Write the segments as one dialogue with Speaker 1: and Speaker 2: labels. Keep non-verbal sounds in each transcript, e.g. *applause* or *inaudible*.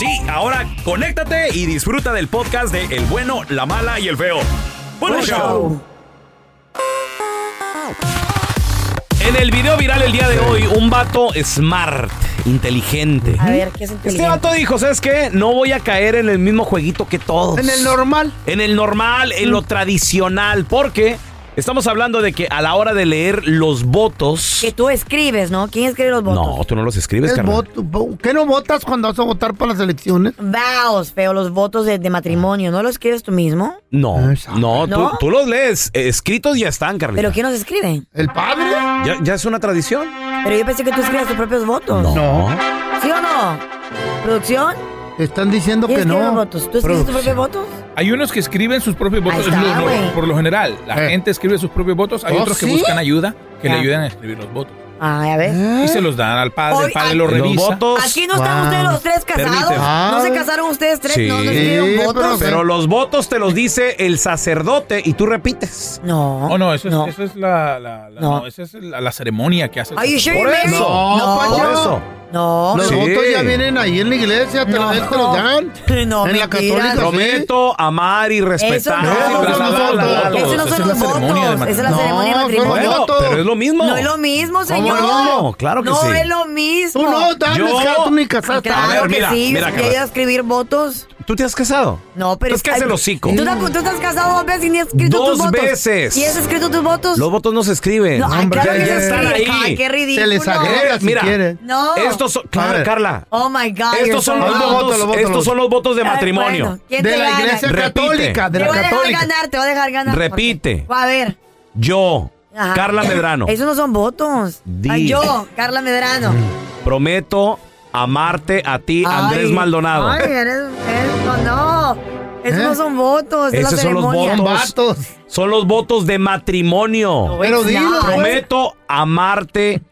Speaker 1: Sí, ahora conéctate y disfruta del podcast de El bueno, la mala y el feo. Buen
Speaker 2: Buen
Speaker 1: show. En el video viral el día de hoy, un vato smart, inteligente.
Speaker 3: A ver, ¿qué es
Speaker 1: Este
Speaker 3: inteligente?
Speaker 1: vato dijo, ¿sabes qué? No voy a caer en el mismo jueguito que todos.
Speaker 2: En el normal.
Speaker 1: En el normal, en lo tradicional, porque estamos hablando de que a la hora de leer los votos...
Speaker 3: Que tú escribes, ¿no? ¿Quién escribe los votos?
Speaker 1: No, tú no los escribes,
Speaker 2: Es
Speaker 1: carnal.
Speaker 2: voto- vo- ¿Qué no votas cuando vas a votar para las elecciones?
Speaker 3: Vaos, feo, los votos de, de matrimonio, ¿no los escribes tú mismo?
Speaker 1: No, no,
Speaker 3: Ah, ¿No?
Speaker 1: Tú, tú los lees. eh, Escritos ya están, Carlita.
Speaker 3: ¿Pero quién los escribe?
Speaker 2: ¿El padre?
Speaker 1: ¿Ya, ya es una tradición?
Speaker 3: Pero yo pensé que tú escribes tus propios votos.
Speaker 2: No.
Speaker 3: ¿Sí o no? ¿Producción?
Speaker 2: Están diciendo
Speaker 3: ¿Quién
Speaker 2: que
Speaker 3: escribe
Speaker 2: no.
Speaker 3: los votos? ¿Tú escribes tus propios
Speaker 2: Producción.
Speaker 3: votos?
Speaker 4: Hay unos que escriben sus propios votos,
Speaker 3: Ahí está,
Speaker 4: lo- lo-
Speaker 3: güey.
Speaker 4: por lo general. La
Speaker 2: Eh.
Speaker 4: gente escribe sus propios votos, hay
Speaker 2: ¿Oh,
Speaker 4: otros
Speaker 2: sí?
Speaker 4: que buscan ayuda, que
Speaker 3: Ya.
Speaker 4: le ayudan a escribir los votos.
Speaker 3: Ay, a ver.
Speaker 4: Y se los dan al padre,
Speaker 3: Hoy-
Speaker 4: el padre
Speaker 3: ay-
Speaker 4: los
Speaker 1: Los
Speaker 4: revisa.
Speaker 1: votos...
Speaker 3: Aquí no están
Speaker 2: Wow.
Speaker 3: ustedes los tres casados.
Speaker 2: Permíteme.
Speaker 3: No se casaron ustedes tres, no, no
Speaker 1: Sí.
Speaker 3: escribieron
Speaker 2: Sí,
Speaker 3: votos.
Speaker 1: Pero los votos te los dice el sacerdote y tú repites.
Speaker 3: No.
Speaker 4: Oh, no, eso es,
Speaker 3: No.
Speaker 4: eso es la, la- la-
Speaker 3: No.
Speaker 4: no, esa es la, la ceremonia que hace el
Speaker 3: Are you sure
Speaker 4: sacerdote.
Speaker 3: you're married?
Speaker 1: eso,
Speaker 2: No,
Speaker 3: no,
Speaker 1: Por
Speaker 2: Pacho.
Speaker 1: eso.
Speaker 3: No.
Speaker 2: Los
Speaker 1: Sí.
Speaker 2: votos ya vienen ahí en la iglesia, te,
Speaker 3: No.
Speaker 2: la- te los dan.
Speaker 3: *laughs* No, mentiras. ¿eh?
Speaker 2: en la católica. sí.
Speaker 1: Prometo amar y respetar.
Speaker 3: no,
Speaker 1: Bla,
Speaker 2: esos no son
Speaker 1: bla, bla, bla, bla,
Speaker 2: votos.
Speaker 1: bla.
Speaker 3: Esos no
Speaker 4: Esa
Speaker 3: son
Speaker 4: es la
Speaker 3: los
Speaker 4: ceremonia del
Speaker 3: votos. Esa es la
Speaker 2: matrimonio.
Speaker 3: ceremonia
Speaker 2: No,
Speaker 3: de matrimonio.
Speaker 2: son
Speaker 1: Bueno,
Speaker 2: votos.
Speaker 1: pero es lo mismo.
Speaker 3: No es lo mismo, señor.
Speaker 1: no? Claro que sí.
Speaker 3: No es lo mismo.
Speaker 2: Tú no, dale,
Speaker 1: Yo-
Speaker 2: cara, tú ni casaste.
Speaker 3: Claro
Speaker 1: A ver,
Speaker 3: que
Speaker 1: mira,
Speaker 3: sí.
Speaker 1: mira,
Speaker 3: yo
Speaker 1: Carla.
Speaker 3: he ido a escribir votos.
Speaker 1: ¿Tú te has casado?
Speaker 3: No, pero.
Speaker 1: Pues que hace el hocico.
Speaker 3: Tú, te- tú estás casado dos veces y ni has escrito
Speaker 1: Dos
Speaker 3: tus votos.
Speaker 1: veces.
Speaker 3: ¿Y has escrito tus votos?
Speaker 1: Los votos no se escriben.
Speaker 3: no, ay,
Speaker 2: hombre,
Speaker 3: claro
Speaker 1: ya,
Speaker 3: que
Speaker 1: ya
Speaker 3: se
Speaker 1: están ahí.
Speaker 3: escriben. Ay, qué ridículo.
Speaker 2: Se les agrega
Speaker 1: Eh,
Speaker 2: si
Speaker 1: mira.
Speaker 2: quieren.
Speaker 3: No.
Speaker 1: Estos son,
Speaker 2: A
Speaker 1: Claro,
Speaker 2: ver.
Speaker 1: Carla.
Speaker 3: Oh my God. you're
Speaker 1: Estos son
Speaker 3: so
Speaker 1: los
Speaker 2: Los
Speaker 3: wrong.
Speaker 2: votos, los
Speaker 1: votos,
Speaker 2: votos,
Speaker 1: estos
Speaker 2: los
Speaker 1: son los votos de
Speaker 3: Ay,
Speaker 1: matrimonio.
Speaker 3: bueno, ¿quién
Speaker 2: De
Speaker 3: te
Speaker 2: la
Speaker 3: gana?
Speaker 2: iglesia
Speaker 1: Repite.
Speaker 2: católica, de
Speaker 3: Te
Speaker 2: la
Speaker 3: voy a dejar
Speaker 2: católica.
Speaker 3: ganar, te voy a dejar ganar.
Speaker 1: Repite.
Speaker 3: porque- Va a ver.
Speaker 1: Yo,
Speaker 3: Ajá.
Speaker 1: Carla Medrano,
Speaker 3: Esos no son votos.
Speaker 1: Di.
Speaker 3: Ay, yo, Carla Medrano.
Speaker 1: prometo amarte a ti,
Speaker 3: Ay.
Speaker 1: Andrés Maldonado.
Speaker 3: Ay, eres, eres- no, no. Esos
Speaker 2: ¿Eh?
Speaker 3: no son votos. es la
Speaker 1: Esos son los
Speaker 3: ceremonia.
Speaker 2: Son
Speaker 1: votos.
Speaker 2: vatos.
Speaker 1: Son los votos de matrimonio.
Speaker 2: Pero
Speaker 3: No,
Speaker 2: dilo,
Speaker 3: no,
Speaker 2: pues.
Speaker 1: Prometo amarte,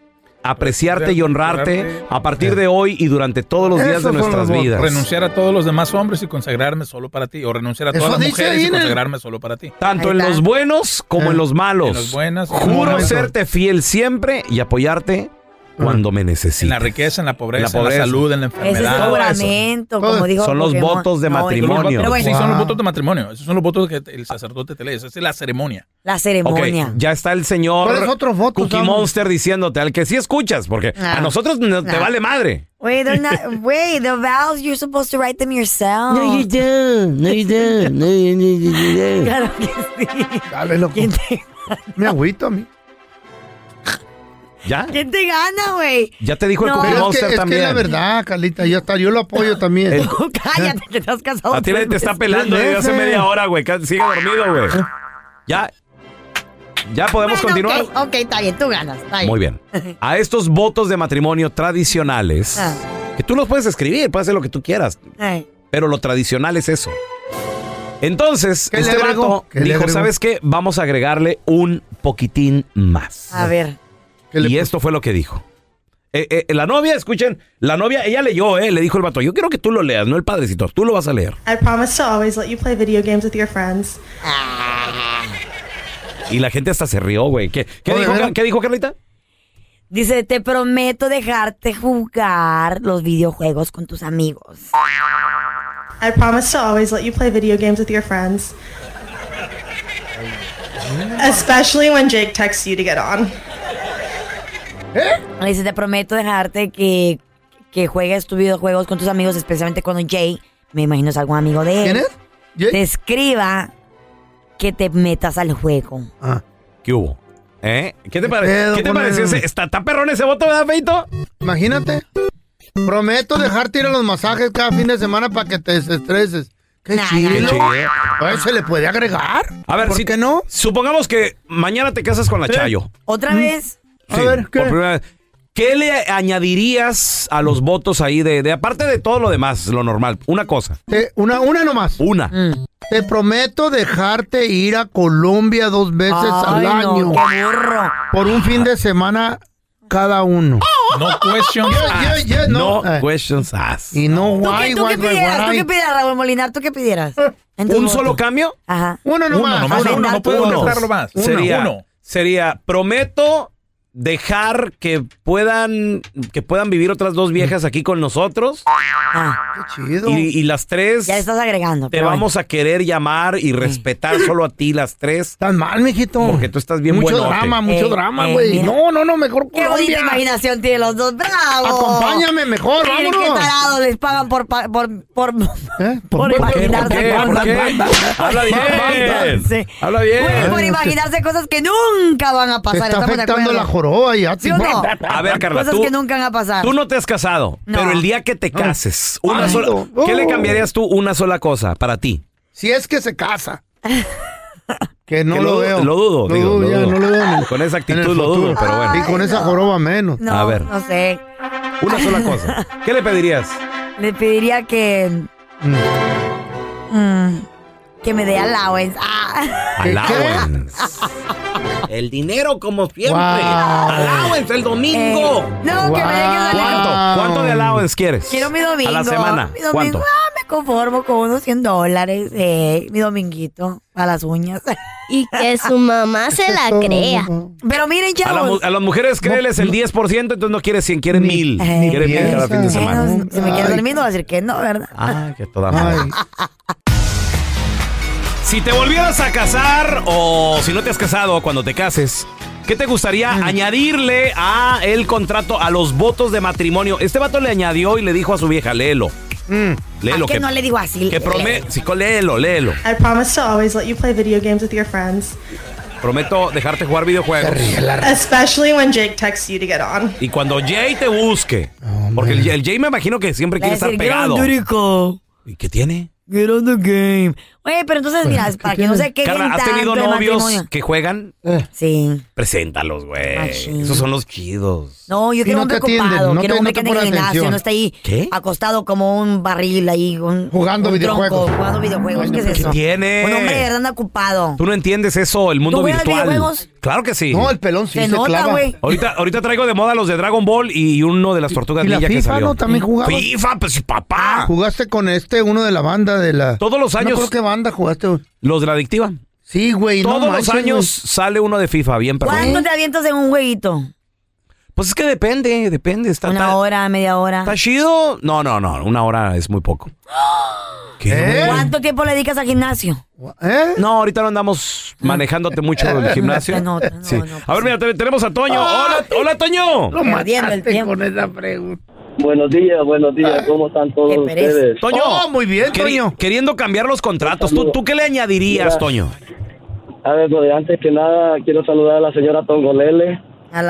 Speaker 1: apreciarte y honrarte a partir de hoy y durante todos los días
Speaker 2: Esos
Speaker 1: de
Speaker 2: son
Speaker 1: nuestras
Speaker 2: los votos.
Speaker 1: vidas.
Speaker 4: Renunciar a todos los demás hombres y consagrarme solo para ti. O renunciar a todas
Speaker 2: Eso
Speaker 4: las
Speaker 2: dice ahí
Speaker 4: mujeres y
Speaker 2: en el-
Speaker 4: consagrarme solo para ti.
Speaker 1: Tanto
Speaker 3: Ahí
Speaker 1: en
Speaker 3: está.
Speaker 1: los buenos como
Speaker 2: Eh,
Speaker 1: en los malos.
Speaker 4: en los buenas y en los
Speaker 1: Juro
Speaker 4: malos.
Speaker 1: serte fiel siempre y apoyarte cuando me necesites.
Speaker 4: En la riqueza, en la pobreza, en la,
Speaker 1: pobreza.
Speaker 4: salud, en la
Speaker 3: Ese es
Speaker 4: enfermedad.
Speaker 3: tu
Speaker 4: todo eso.
Speaker 3: juramento,
Speaker 2: Todo
Speaker 3: como
Speaker 2: eso.
Speaker 3: dijo
Speaker 1: Son los
Speaker 3: Pokémon.
Speaker 1: votos de
Speaker 3: No,
Speaker 1: matrimonio.
Speaker 3: Pero bueno,
Speaker 4: Sí, son los
Speaker 2: Wow.
Speaker 4: votos de matrimonio. Esos son los votos que el sacerdote te lee. Esa es la ceremonia.
Speaker 3: la
Speaker 1: Ok,
Speaker 3: ceremonia.
Speaker 1: ya está el señor
Speaker 2: ¿Cuáles otros votos
Speaker 1: Cookie
Speaker 2: damos?
Speaker 1: Monster diciéndote al que sí escuchas, porque
Speaker 3: Ah.
Speaker 1: a nosotros no te
Speaker 3: Ah.
Speaker 1: vale madre.
Speaker 3: Wait, they're
Speaker 1: *laughs*
Speaker 3: not. Wait, the vows you're supposed to write them yourself.
Speaker 5: don't. No, you don't. No, you don't.
Speaker 3: Claro que sí.
Speaker 2: Dale, loco.
Speaker 3: ¿Quién te-
Speaker 2: Me agüito a mí.
Speaker 1: ¿Ya?
Speaker 3: ¿Quién te gana, güey?
Speaker 1: Ya te dijo el
Speaker 3: No.
Speaker 1: Cookie
Speaker 2: Pero es que,
Speaker 1: Monster
Speaker 2: es que
Speaker 1: también.
Speaker 2: la verdad, Carlita, yo, hasta, yo lo apoyo también.
Speaker 1: El-
Speaker 3: Cállate, que te has casado.
Speaker 6: A ti nadie
Speaker 3: tres
Speaker 6: te está
Speaker 3: veces.
Speaker 6: pelando
Speaker 1: eh,
Speaker 6: desde hace
Speaker 2: veces.
Speaker 6: media hora, güey. Ca- Sigue dormido, güey.
Speaker 1: Ya. Ya podemos
Speaker 3: Bueno,
Speaker 1: continuar.
Speaker 3: ok, ok, está bien, tú ganas. Está bien.
Speaker 1: Muy bien. A estos votos de matrimonio tradicionales,
Speaker 3: Ah.
Speaker 1: que tú los puedes escribir, puedes hacer lo que tú quieras,
Speaker 3: Ay,
Speaker 1: pero lo tradicional es eso. Entonces,
Speaker 2: ¿Qué le
Speaker 1: este
Speaker 2: agregó?
Speaker 1: vato
Speaker 2: ¿Qué le
Speaker 1: dijo,
Speaker 2: agregó?
Speaker 1: ¿sabes qué? Vamos a agregarle un poquitín más.
Speaker 3: a ver.
Speaker 2: Que le-
Speaker 1: Y esto fue lo que dijo. Eh, eh, la novia, escuchen, la novia, ella leyó, eh, le dijo el vato, yo quiero que tú lo leas, no el padrecito, tú lo vas a leer.
Speaker 7: I promise to always let you play video games with your friends.
Speaker 1: *laughs* Y la gente hasta se rió, güey. ¿Qué, qué
Speaker 2: Joder,
Speaker 1: dijo,
Speaker 2: ¿verdad?
Speaker 1: qué dijo, Carlita?
Speaker 3: Dice, te prometo dejarte jugar los videojuegos con tus amigos.
Speaker 7: I promise to always let you play video games with your friends. Especially when Jake texts you to get on.
Speaker 3: Dice, te prometo dejarte que, que juegues tus videojuegos con tus amigos, especialmente cuando Jay, me imagino es algún amigo de él,
Speaker 2: ¿Quién es? ¿Jay?
Speaker 3: te escriba que te metas al juego.
Speaker 2: Ah.
Speaker 1: ¿Qué hubo? ¿Eh? ¿Qué te, pare-
Speaker 2: pedo
Speaker 1: ¿Qué te
Speaker 2: con
Speaker 1: pareció?
Speaker 2: el-
Speaker 1: ese- está tan perrón ese voto, ¿verdad, Feito?
Speaker 2: Imagínate. Prometo dejarte ir a los masajes cada fin de semana para que te desestreses. Qué
Speaker 3: Nah,
Speaker 2: chido.
Speaker 3: nah,
Speaker 1: Qué chido.
Speaker 2: Ay, ¿Se le puede agregar?
Speaker 1: A ver,
Speaker 2: ¿por
Speaker 1: si-
Speaker 2: qué no?
Speaker 1: Supongamos que mañana te casas con la Chayo.
Speaker 3: ¿Otra
Speaker 2: Mm.
Speaker 3: vez?
Speaker 2: A
Speaker 1: Sí,
Speaker 2: ver, ¿qué?
Speaker 1: por primera vez. ¿Qué le añadirías a los votos ahí de, de- aparte de todo lo demás, lo normal? Una cosa,
Speaker 2: Te- Eh, una, una nomás.
Speaker 1: una.
Speaker 3: Mm.
Speaker 2: Te prometo dejarte ir a Colombia dos veces
Speaker 3: Ay,
Speaker 2: al
Speaker 3: no,
Speaker 2: año.
Speaker 3: qué burro.
Speaker 2: Por un fin de semana cada uno.
Speaker 8: No question.
Speaker 2: Yeah, yeah,
Speaker 1: no
Speaker 2: no. Eh,
Speaker 1: questions asked.
Speaker 2: Y no,
Speaker 3: ¿Tú
Speaker 2: guay,
Speaker 3: qué, tú qué
Speaker 2: guay, guay,
Speaker 3: pidieras? ¿Tú
Speaker 2: guay.
Speaker 3: qué pidieras, Raúl Molinar? ¿Tú qué pidieras? En tus
Speaker 1: ¿Un
Speaker 3: votos.
Speaker 1: solo cambio?
Speaker 3: Ajá.
Speaker 2: Uno
Speaker 8: Uno
Speaker 2: nomás. Ah,
Speaker 8: nomás,
Speaker 2: uno.
Speaker 8: uno, no puedes
Speaker 1: Uno.
Speaker 8: contestarlo más. Uno,
Speaker 1: sería,
Speaker 8: uno.
Speaker 1: sería, prometo dejar que puedan, que puedan vivir otras dos viejas aquí con nosotros
Speaker 3: Ah,
Speaker 2: Qué chido.
Speaker 1: y, y las tres
Speaker 3: ya estás agregando.
Speaker 1: te
Speaker 3: pero bueno. Mm.
Speaker 1: vamos a querer llamar y respetar solo a ti las tres
Speaker 2: Tan mal, mijito.
Speaker 1: porque tú estás bien
Speaker 2: mucho
Speaker 1: buenote.
Speaker 2: drama, mucho
Speaker 3: Ey,
Speaker 2: drama,
Speaker 3: ey,
Speaker 2: güey.
Speaker 3: Eh, mira.
Speaker 2: no, no, no, mejor
Speaker 3: Qué bonita
Speaker 2: Colombia.
Speaker 3: imaginación tienen los dos. ¡Bravo!
Speaker 2: Acompáñame mejor,
Speaker 3: Miren qué
Speaker 2: vámonos.
Speaker 3: tarados les pagan por... pa- por, por,
Speaker 2: ¿Eh?
Speaker 3: por
Speaker 2: ¿Por qué?
Speaker 3: imaginarse
Speaker 1: Eh, ¿Por qué?
Speaker 3: cosas.
Speaker 1: ¿Por qué? Habla bien.
Speaker 3: Sí.
Speaker 1: Habla bien.
Speaker 3: Güey, por imaginarse cosas que nunca van a
Speaker 2: Te
Speaker 3: pasar.
Speaker 2: está
Speaker 3: ¿estamos de
Speaker 2: afectando
Speaker 3: acuerdo?
Speaker 2: la joroba ya.
Speaker 3: ¿Sí o no?
Speaker 1: A ver, Carla,
Speaker 3: Cosas
Speaker 1: tú-
Speaker 3: que nunca van a pasar.
Speaker 1: Tú no te has casado,
Speaker 3: No.
Speaker 1: pero el día que te cases, una
Speaker 2: Ay,
Speaker 1: sola,
Speaker 2: no.
Speaker 1: ¿qué le
Speaker 2: Oh.
Speaker 1: cambiarías tú una sola cosa para ti?
Speaker 2: Si es que se casa. Que no
Speaker 1: Que
Speaker 2: lo,
Speaker 1: lo-
Speaker 2: veo.
Speaker 1: lo dudo, digo, lo
Speaker 2: ya,
Speaker 1: dudo.
Speaker 2: no lo veo. en el-
Speaker 1: Con esa
Speaker 2: en el
Speaker 1: actitud lo dudo,
Speaker 2: futuro.
Speaker 1: pero bueno.
Speaker 2: Y con esa joroba menos.
Speaker 3: No,
Speaker 1: A ver.
Speaker 3: no sé.
Speaker 1: Una sola cosa. ¿Qué le pedirías?
Speaker 3: Le pediría que... mm, que me dé allowance. Ah.
Speaker 2: ¿Qué, qué?
Speaker 1: Allowance. El dinero como siempre.
Speaker 2: Wow.
Speaker 1: Allowance E el
Speaker 3: Eh,
Speaker 1: domingo.
Speaker 3: no, que me dejes
Speaker 2: Guau.
Speaker 3: allowance.
Speaker 1: ¿Cuánto? ¿Cuánto de allowance quieres?
Speaker 3: Quiero mi domingo.
Speaker 1: A la semana.
Speaker 3: Mi domingo,
Speaker 1: ¿Cuánto?
Speaker 3: ah, me conformo con unos 100 dólares. eh, mi dominguito para las uñas.
Speaker 9: Y que su mamá se
Speaker 1: *laughs*
Speaker 9: la crea.
Speaker 3: Pero miren,
Speaker 1: A, la mu-
Speaker 3: chavos.
Speaker 1: a las mujeres créeles el 10%, entonces no quieres 100, quieren 1000.
Speaker 3: Eh,
Speaker 1: Quieren 1000 cada fin de
Speaker 2: piensa.
Speaker 1: semana.
Speaker 3: Bueno, si me
Speaker 2: Ay.
Speaker 3: quieres dormir, no voy a decir que no, ¿verdad? *laughs*
Speaker 1: Ah, que toda madre.
Speaker 2: Ay,
Speaker 1: Si te volvieras a casar o si no te has casado cuando te cases, ¿qué te gustaría añadirle a el contrato, a los votos de matrimonio? Este vato le añadió y le dijo a su vieja, léelo, Mm. léelo.
Speaker 3: ¿A qué no le digo así?
Speaker 1: que prome- sí, co- léelo, léelo.
Speaker 7: I promise to always let you play video games with your friends.
Speaker 1: Prometo dejarte jugar videojuegos.
Speaker 7: Especially when Jake texts you to get on.
Speaker 1: Y cuando Jay te busque, porque el, el Jay me imagino que siempre
Speaker 3: Le
Speaker 1: quiere
Speaker 3: voy a
Speaker 1: estar
Speaker 3: decir, get
Speaker 1: pegado.
Speaker 3: on duty call.
Speaker 1: ¿Y qué tiene?
Speaker 3: Get on the game. Oye, pero entonces, mira, para que no se queden
Speaker 1: Carla, ¿has
Speaker 3: tanto
Speaker 1: tenido
Speaker 3: de
Speaker 1: novios
Speaker 3: matrimonio.
Speaker 1: que juegan?
Speaker 3: Sí.
Speaker 1: Preséntalos, güey.
Speaker 3: Machín.
Speaker 1: Esos son los chidos.
Speaker 3: No, yo quiero
Speaker 2: no
Speaker 3: un hombre
Speaker 2: te atienden,
Speaker 3: ocupado.
Speaker 2: no
Speaker 3: quiero
Speaker 2: te-
Speaker 3: un hombre
Speaker 2: no te
Speaker 3: que ande en el
Speaker 2: ponen
Speaker 3: gimnasio,
Speaker 2: atención.
Speaker 3: no está ahí
Speaker 1: ¿Qué?
Speaker 3: acostado como un barril ahí. un-
Speaker 2: Jugando
Speaker 3: un
Speaker 2: videojuegos. pues,
Speaker 3: tronco, jugando videojuegos. ¿Qué es eso?
Speaker 1: tiene?
Speaker 3: Un hombre de verdad anda ocupado.
Speaker 1: Tú no entiendes eso, el mundo
Speaker 3: ¿Tú juegas
Speaker 1: virtual.
Speaker 3: videojuegos?
Speaker 1: Claro que sí.
Speaker 2: No, el pelón sí
Speaker 3: Se
Speaker 2: se
Speaker 3: nota,
Speaker 2: clava.
Speaker 3: güey.
Speaker 1: Ahorita, ahorita traigo de moda los de Dragon Ball y uno de las tortugas
Speaker 2: y la
Speaker 1: ninja que
Speaker 2: FIFA,
Speaker 1: salió.
Speaker 2: ¿no? También jugabas.
Speaker 1: FIFA, pues papá.
Speaker 2: Jugaste con este, uno de la banda de la.
Speaker 1: Todos los años-
Speaker 2: No creo que banda jugaste. güey.
Speaker 1: Los de la adictiva.
Speaker 2: Sí, güey. no
Speaker 1: Todos los
Speaker 2: manches,
Speaker 1: años sale uno de FIFA, bien
Speaker 3: ¿Cuánto
Speaker 1: perdón.
Speaker 3: te avientas en un jueguito?
Speaker 1: Pues es que depende, depende. Está,
Speaker 3: ¿Una
Speaker 1: está-
Speaker 3: hora, media hora?
Speaker 1: ¿Está chido? No, no, no. Una hora es muy poco. ¿Qué?
Speaker 2: ¿Eh?
Speaker 3: ¿Cuánto tiempo le dedicas al gimnasio?
Speaker 2: güey. ¿Eh?
Speaker 1: No, ahorita no andamos manejándote mucho
Speaker 2: *laughs*
Speaker 1: en el gimnasio.
Speaker 3: Se nota, no,
Speaker 1: Sí.
Speaker 3: no,
Speaker 1: a ver,
Speaker 3: pues
Speaker 1: mira, te- tenemos a Toño. Hola, hola, Toño.
Speaker 2: Lo
Speaker 3: Perdiendo el
Speaker 2: mataste
Speaker 3: tiempo.
Speaker 2: con esa pregunta.
Speaker 10: Buenos días, buenos días. ¿Cómo están todos
Speaker 3: Qué pereza.
Speaker 10: ustedes?
Speaker 1: Toño.
Speaker 2: Oh, muy bien,
Speaker 1: queri-
Speaker 2: Toño.
Speaker 1: Queriendo cambiar los contratos. ¿Tú, tú qué le añadirías,
Speaker 10: Mira.
Speaker 1: Toño?
Speaker 10: A ver, pues antes que nada quiero saludar a la señora Tongolele.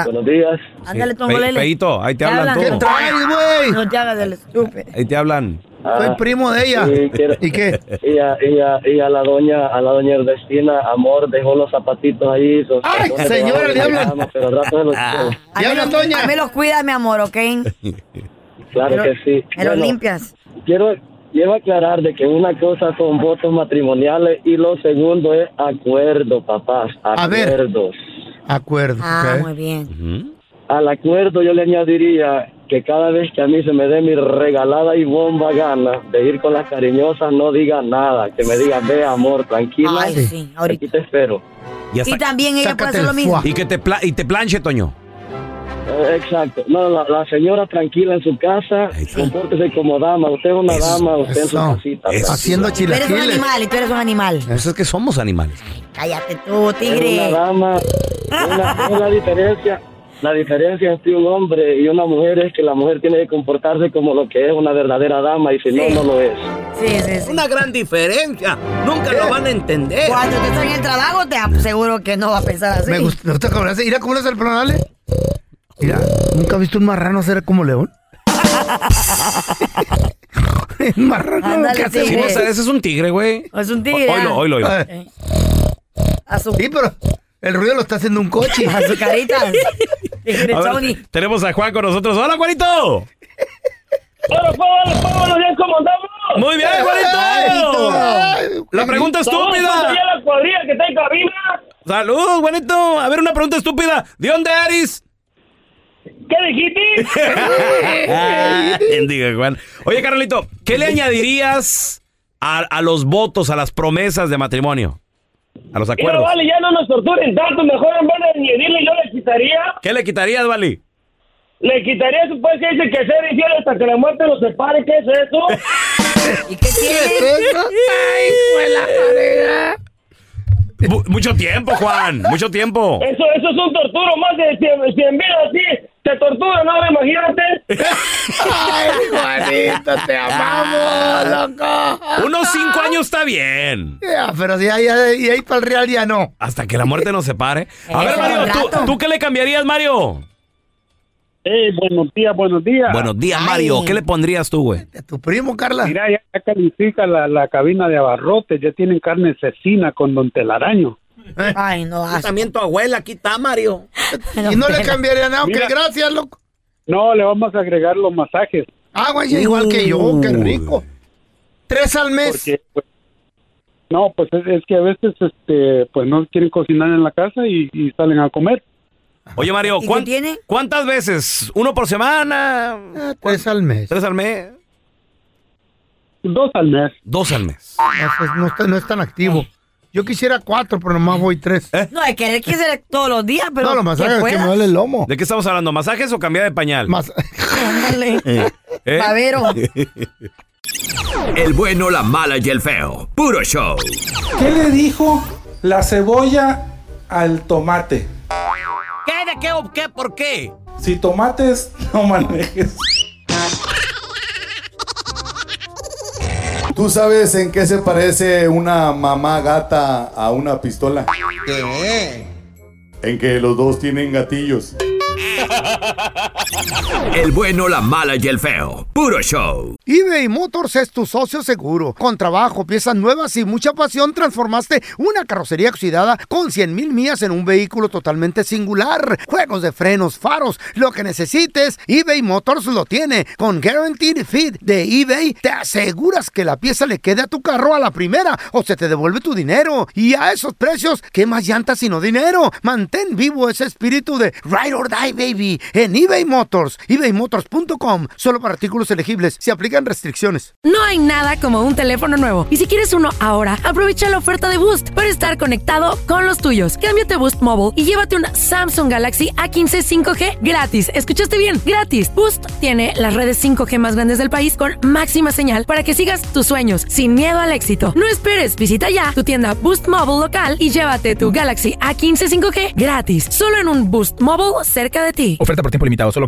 Speaker 11: Buenos días.
Speaker 3: Ándale,
Speaker 1: Pe- Peito, ahí te hablan
Speaker 3: hablan.
Speaker 1: tú.
Speaker 2: güey?
Speaker 3: No te hagas del estúpido.
Speaker 1: Ahí te hablan.
Speaker 11: Ah, Y, quiero-
Speaker 2: ¿Y qué?
Speaker 11: Y a, y a- y a la doña, a la doña Ernestina, amor, dejó los zapatitos ahí. Los ¡Ay,
Speaker 3: señora, le hablan!
Speaker 11: Pero al rato se los
Speaker 1: Ah.
Speaker 11: llevo.
Speaker 3: A mí, los, a mí los cuidas, mi amor, ¿ok?
Speaker 11: Claro
Speaker 3: Pero-
Speaker 11: que sí.
Speaker 3: Me los
Speaker 11: Bueno,
Speaker 3: limpias.
Speaker 11: Quiero, quiero aclarar de que una cosa son votos matrimoniales y lo segundo es acuerdo, papás.
Speaker 2: A ver.
Speaker 11: Acuerdos.
Speaker 2: Acuerdo.
Speaker 11: Ah,
Speaker 2: ok.
Speaker 11: muy
Speaker 3: bien.
Speaker 11: Al acuerdo yo le añadiría que cada vez que a mí se me dé mi regalada y bomba gana de ir con las cariñosas, no diga nada. Que me diga, ve amor, tranquila.
Speaker 3: Ay, sí,
Speaker 11: Aquí te espero.
Speaker 1: Y, hasta-
Speaker 3: Y también ella puede hacer lo mismo.
Speaker 1: Y que te, pla- y te planche, Toño.
Speaker 11: Eh, Exacto. No, la, la señora tranquila en su casa, compórtese como dama. Usted es una dama, usted en su
Speaker 1: eso,
Speaker 11: casita.
Speaker 1: eso. Haciendo
Speaker 3: Tú eres un animal y tú eres un animal.
Speaker 1: Eso Pues es que somos animales.
Speaker 3: Cállate tú,
Speaker 11: Es
Speaker 3: tigre.
Speaker 11: Una dama, una, es la diferencia, la diferencia entre un hombre y una mujer es que la mujer tiene que comportarse como lo que es una verdadera dama y si no, no lo es.
Speaker 12: Una gran diferencia. Nunca lo van a entender.
Speaker 3: Cuando te estoy en el trabajo, te aseguro que no va a pensar así.
Speaker 2: Me gusta. Pues, ¿No te acordaste? Mira cómo le hace el pronale. Mira, ¿nunca has visto un marrano hacer como león? *laughs* El marrano.
Speaker 3: Ándale,
Speaker 2: ¿qué hace?
Speaker 3: tigre.
Speaker 1: Sí, pues, ese es un tigre, güey.
Speaker 3: Es un tigre.
Speaker 1: Oilo,
Speaker 3: ah.
Speaker 1: oilo, oilo.
Speaker 3: Eh, A su,
Speaker 2: Sí, pero el ruido lo está haciendo un coche.
Speaker 3: a *laughs* su carita.
Speaker 1: *laughs*
Speaker 3: Tigre
Speaker 1: A ver,
Speaker 3: Este, Tony.
Speaker 1: tenemos a Juan con nosotros. ¡Hola, Juanito!
Speaker 13: buenos días, ¿cómo andamos?
Speaker 1: Muy bien, Juanito. La pregunta
Speaker 13: Saludos,
Speaker 1: estúpida.
Speaker 13: a la cuadrilla que está en cabina.
Speaker 1: Saludos, Juanito. A ver, una pregunta estúpida. ¿De dónde eres?
Speaker 13: ¿Qué
Speaker 1: *laughs*
Speaker 13: dijiste?
Speaker 1: Bendiga, Ah, Juan. Oye, Carolito, ¿qué le añadirías a, a los votos, a las promesas de matrimonio? A los
Speaker 13: Mira,
Speaker 1: acuerdos.
Speaker 13: vale, ya no nos torturen tanto. Mejor en vez de añadirle, yo le quitaría.
Speaker 1: ¿Qué le quitarías, Vali?
Speaker 13: Le quitaría su pues que dice que ser infiel hasta que la muerte los separe. ¿Qué es eso?
Speaker 3: ¿Y qué
Speaker 13: *laughs*
Speaker 1: ¡Ay, Mu- mucho tiempo, Juan. Mucho tiempo.
Speaker 13: Eso, eso es un torturo más de 100 cien mil así. Te tortura, ¿no? Ahora Imagínate.
Speaker 1: Ay, Juanito, te amamos, loco. Unos cinco años está bien.
Speaker 2: Ya, pero si ahí, ahí, ahí para el real ya no.
Speaker 1: Hasta que la muerte nos separe. A ver,
Speaker 2: Eso,
Speaker 1: Mario, ¿tú-
Speaker 2: rato.
Speaker 1: ¿tú, qué le cambiarías, Mario?
Speaker 13: Eh, buenos días, buenos días.
Speaker 1: Buenos días, Mario. ¿Qué le pondrías tú, güey?
Speaker 2: Tu primo, Carla.
Speaker 14: Mira, ya ya califica la, la cabina de abarrotes, ya tienen carne cecina con don telaraño.
Speaker 3: Ay, no.
Speaker 12: Y También tu abuela, aquí está, Mario.
Speaker 2: Y no le cambiaría nada, que
Speaker 14: Mira.
Speaker 2: gracias, loco.
Speaker 14: No, le vamos a agregar los masajes.
Speaker 2: Ah, güey, ya igual que yo,
Speaker 1: Mm.
Speaker 2: qué rico. Tres al mes.
Speaker 14: Porque, pues, no, pues es, es que a veces, este, pues no quieren cocinar en la casa y, y salen a comer.
Speaker 1: Oye, Mario, ¿cuán- ¿cuántas veces? ¿Uno por semana?
Speaker 2: Ah, tres al mes.
Speaker 1: ¿Tres al mes?
Speaker 14: Dos al mes.
Speaker 1: Dos al mes.
Speaker 2: No, pues, no, está- no es tan activo. Yo quisiera cuatro, pero nomás voy tres.
Speaker 3: No, hay que que ser todos los días, pero.
Speaker 2: No, lo más
Speaker 3: que
Speaker 2: es que me
Speaker 3: pueda.
Speaker 2: duele el lomo.
Speaker 1: ¿De qué estamos hablando? ¿Masajes o cambiar de pañal?
Speaker 3: Ándale.
Speaker 1: *laughs* ¿Eh?
Speaker 3: Pavero.
Speaker 1: *laughs*
Speaker 15: El bueno, la mala y el feo. Puro show.
Speaker 4: ¿Qué le dijo la cebolla al tomate?
Speaker 12: ¿Qué, de qué o qué, por qué?
Speaker 4: Si tomates, no manejes.
Speaker 16: ¿Tú sabes en qué se parece una mamá gata a una pistola? ¿Qué? En que los dos tienen gatillos.
Speaker 15: El bueno, la mala y el feo. Puro show.
Speaker 2: eBay Motors es tu socio seguro. Con trabajo, piezas nuevas y mucha pasión, transformaste una carrocería oxidada con 100 mil millas en un vehículo totalmente singular. Juegos de frenos, faros, lo que necesites, eBay Motors lo tiene. Con Guaranteed Fit de eBay, te aseguras que la pieza le quede a tu carro a la primera o se te devuelve tu dinero. Y a esos precios, ¿qué más llantas sino dinero? Mantén vivo ese espíritu de Ride or Die, baby, en eBay Motors. ebaymotors.com, solo para artículos elegibles. Se aplican restricciones.
Speaker 17: No hay nada como un teléfono nuevo. Y si quieres uno ahora, aprovecha la oferta de Boost para estar conectado con los tuyos. Cámbiate a Boost Mobile y llévate un Samsung Galaxy A15 5G gratis. ¿Escuchaste bien? Gratis. Boost tiene las redes 5G más grandes del país con máxima señal para que sigas tus sueños sin miedo al éxito. No esperes, visita ya tu tienda Boost Mobile local y llévate tu Galaxy A15 5G gratis. Solo en un Boost Mobile cerca de ti.
Speaker 18: Oferta por tiempo limitado, solo